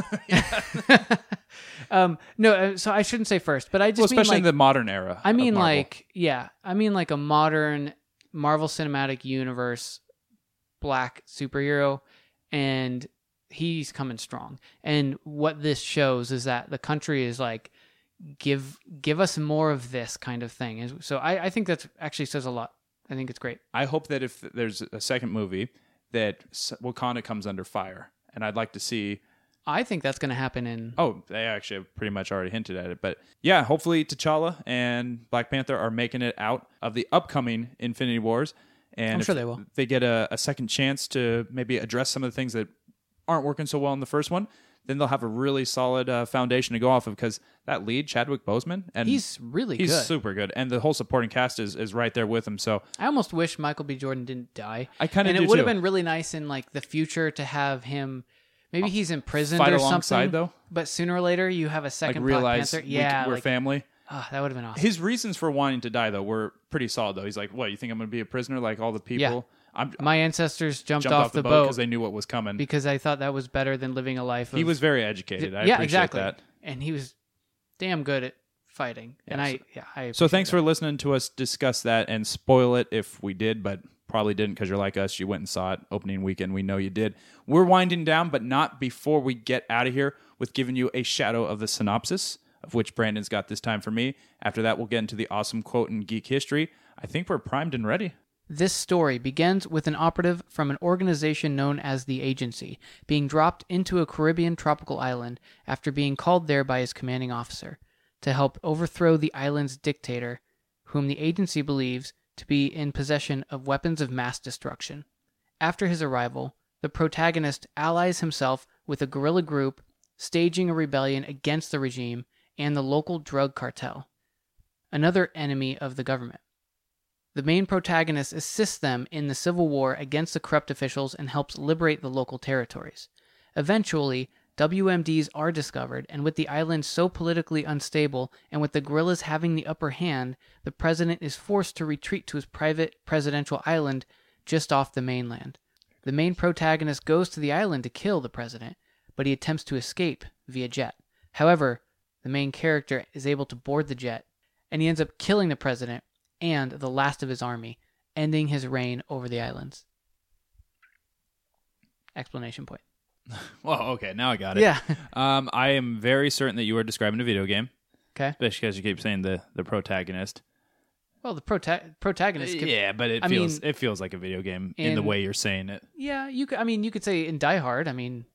Speaker 2: um no, uh, so I shouldn't say first, but I just
Speaker 1: Well,
Speaker 2: mean
Speaker 1: especially
Speaker 2: like
Speaker 1: in the modern era.
Speaker 2: I
Speaker 1: of
Speaker 2: mean,
Speaker 1: Marvel.
Speaker 2: like, yeah, I mean, like a modern Marvel Cinematic Universe black superhero, and he's coming strong. And what this shows is that the country is like, give give us more of this kind of thing. And so I, I think that actually says a lot. I think it's great.
Speaker 1: I hope that if there's a second movie, that S- Wakanda comes under fire, and I'd like to see.
Speaker 2: I think that's going to happen in.
Speaker 1: Oh, they actually have pretty much already hinted at it, but yeah, hopefully T'Challa and Black Panther are making it out of the upcoming Infinity Wars, and
Speaker 2: I'm
Speaker 1: if
Speaker 2: sure they will.
Speaker 1: They get a, a second chance to maybe address some of the things that aren't working so well in the first one. Then they'll have a really solid uh, foundation to go off of because that lead Chadwick Boseman and
Speaker 2: He's really
Speaker 1: he's
Speaker 2: good.
Speaker 1: super good, and the whole supporting cast is is right there with him. So
Speaker 2: I almost wish Michael B. Jordan didn't die.
Speaker 1: I kinda
Speaker 2: and
Speaker 1: do
Speaker 2: it would have
Speaker 1: too.
Speaker 2: been really nice in like the future to have him. Maybe he's imprisoned
Speaker 1: Uh, fight
Speaker 2: or
Speaker 1: alongside,
Speaker 2: something.
Speaker 1: though?
Speaker 2: but sooner or later you have a
Speaker 1: like
Speaker 2: second Black
Speaker 1: realize
Speaker 2: Panther.
Speaker 1: we,
Speaker 2: Yeah,
Speaker 1: are
Speaker 2: like,
Speaker 1: family.
Speaker 2: ah, that would have been awesome.
Speaker 1: His reasons for wanting to die though were pretty solid though. He's like, "What? You think I'm going to be a prisoner like all the people?"
Speaker 2: Yeah.
Speaker 1: I'm
Speaker 2: My ancestors jumped,
Speaker 1: jumped
Speaker 2: off, the, boat,
Speaker 1: because they knew what was coming.
Speaker 2: because I thought that was better than living a life. Of,
Speaker 1: he was very educated. I
Speaker 2: yeah,
Speaker 1: appreciate
Speaker 2: exactly.
Speaker 1: that.
Speaker 2: And he was damn good at fighting. and I, yeah, I.
Speaker 1: So thanks for listening to us discuss that and spoil it if we did, but probably didn't because you're like us. You went and saw it opening weekend. We know you did. We're winding down, but not before we get out of here with giving you a shadow of the synopsis of which Brandon's got this time for me. After that, we'll get into the awesome quote in geek history. I think we're primed and ready.
Speaker 2: This story begins with an operative from an organization known as the Agency being dropped into a Caribbean tropical island after being called there by his commanding officer. to help overthrow the island's dictator, whom the agency believes to be in possession of weapons of mass destruction. After his arrival, the protagonist allies himself with a guerrilla group staging a rebellion against the regime and the local drug cartel, another enemy of the government. The main protagonist assists them in the civil war against the corrupt officials and helps liberate the local territories. Eventually, WMDs are discovered, and with the island so politically unstable and with the guerrillas having the upper hand, the president is forced to retreat to his private presidential island just off the mainland. The main protagonist goes to the island to kill the president, but he attempts to escape via jet. However, the main character is able to board the jet, and he ends up killing the president and the last of his army, ending his reign over the islands. Explanation point.
Speaker 1: Well, okay, now I got it.
Speaker 2: Yeah.
Speaker 1: Um, I am very certain that you are describing a video game,
Speaker 2: Okay.
Speaker 1: especially because you keep saying the the protagonist.
Speaker 2: Well, the prota- protagonist. Could, yeah.
Speaker 1: yeah, but it
Speaker 2: I
Speaker 1: feels
Speaker 2: mean-
Speaker 1: it feels like a video game in, the
Speaker 2: In-
Speaker 1: way you're saying it.
Speaker 2: you could. I mean, you could say in Die Hard. I mean,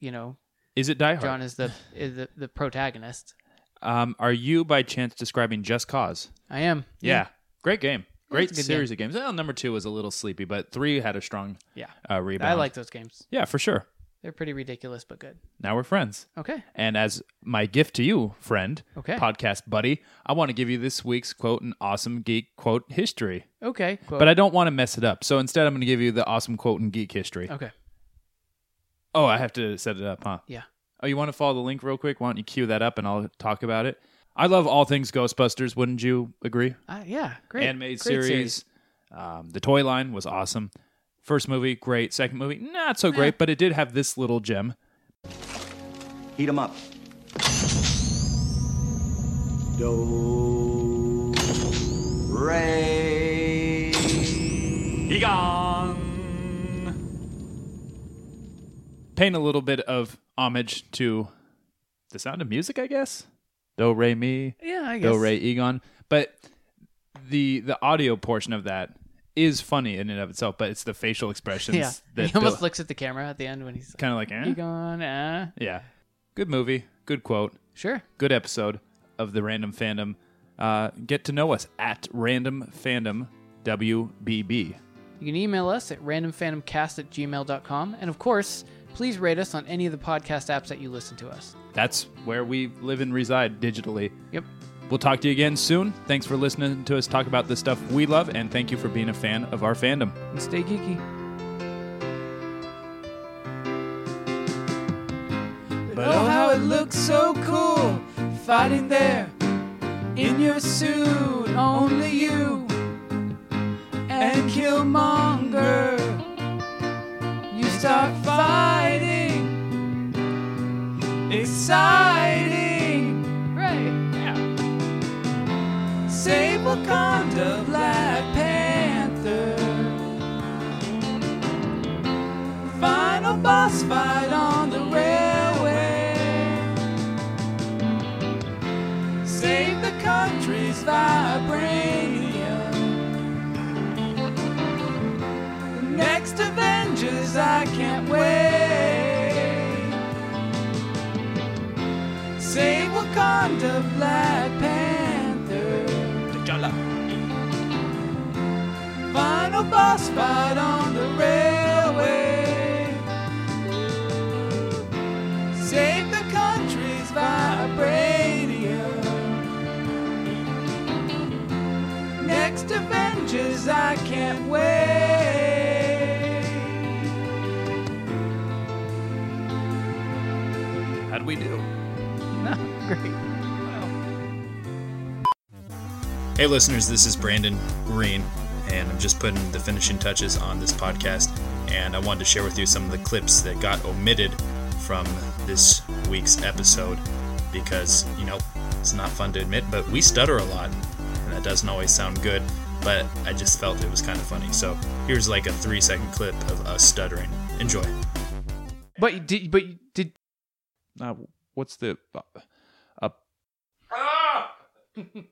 Speaker 2: you know,
Speaker 1: Is it Die Hard?
Speaker 2: John is the is the, the protagonist.
Speaker 1: Um, are you by chance describing Just Cause?
Speaker 2: I am.
Speaker 1: Yeah, great game, great
Speaker 2: it's a good
Speaker 1: series of games. Well, number two was a little sleepy, but three had a strong
Speaker 2: Yeah.
Speaker 1: uh, rebound.
Speaker 2: I like those games.
Speaker 1: Yeah, for sure.
Speaker 2: They're pretty ridiculous, but good.
Speaker 1: Now we're friends.
Speaker 2: Okay.
Speaker 1: And as my gift to you, friend,
Speaker 2: Okay.
Speaker 1: podcast buddy, I want to give you this week's quote and awesome geek quote history.
Speaker 2: Okay. Quote.
Speaker 1: But I don't want to mess it up. So instead, I'm going to give you the awesome quote and geek history.
Speaker 2: okay.
Speaker 1: Oh, I have to set it up, huh?
Speaker 2: Yeah.
Speaker 1: Oh, you want to follow the link real quick? Why don't you cue that up and I'll talk about it? I love all things Ghostbusters. Wouldn't you agree?
Speaker 2: Uh, yeah. Great.
Speaker 1: Animated
Speaker 2: Great
Speaker 1: series. Um, the toy line was awesome. First movie, great. Second movie, not so great, but it did have this little gem.
Speaker 3: Heat 'em up. Do re.
Speaker 1: Paying a little bit of homage to the sound of music, I guess. Do, re, mi.
Speaker 2: Yeah. I guess.
Speaker 1: Do Ray Egon. But the the audio portion of that is funny in and of itself, but it's the facial expressions
Speaker 2: Yeah.
Speaker 1: that
Speaker 2: he almost looks at the camera at the end when he's like,
Speaker 1: kind of like eh?
Speaker 2: "You gone? Uh.
Speaker 1: Yeah. Good movie, good quote,
Speaker 2: Sure.
Speaker 1: good episode of the Random Fandom. Uh, get to know us at Random Fandom WBB.
Speaker 2: You can email us at randomfandomcast at gmail.com. And of course, please rate us on any of the podcast apps that you listen to us.
Speaker 1: That's where we live and reside digitally.
Speaker 2: Yep.
Speaker 1: We'll talk to you again soon. Thanks for listening to us talk about the stuff we love, and thank you for being a fan of our fandom.
Speaker 2: And stay geeky.
Speaker 1: But oh, how it looks so cool fighting there in your suit. Only you and Killmonger. You start fighting. Exciting.
Speaker 2: Right.
Speaker 1: Save Wakanda, Black Panther. Final boss fight on the railway. Save the country's vibranium. Next Avengers, I can't wait. Save Wakanda, Black Panther. Final boss fight on the railway. Save the country's vibranium. Next Avengers, I can't wait. How do we do?
Speaker 2: No, great.
Speaker 1: Hey, listeners, this is Brandon Green, and I'm just putting the finishing touches on this podcast. And I wanted to share with you some of the clips that got omitted from this week's episode because, you know, it's not fun to admit, but we stutter a lot, and that doesn't always sound good, but I just felt it was kind of funny. So here's like a three second clip of us stuttering. Enjoy.
Speaker 2: But you did, but you did,
Speaker 1: Now, what's the.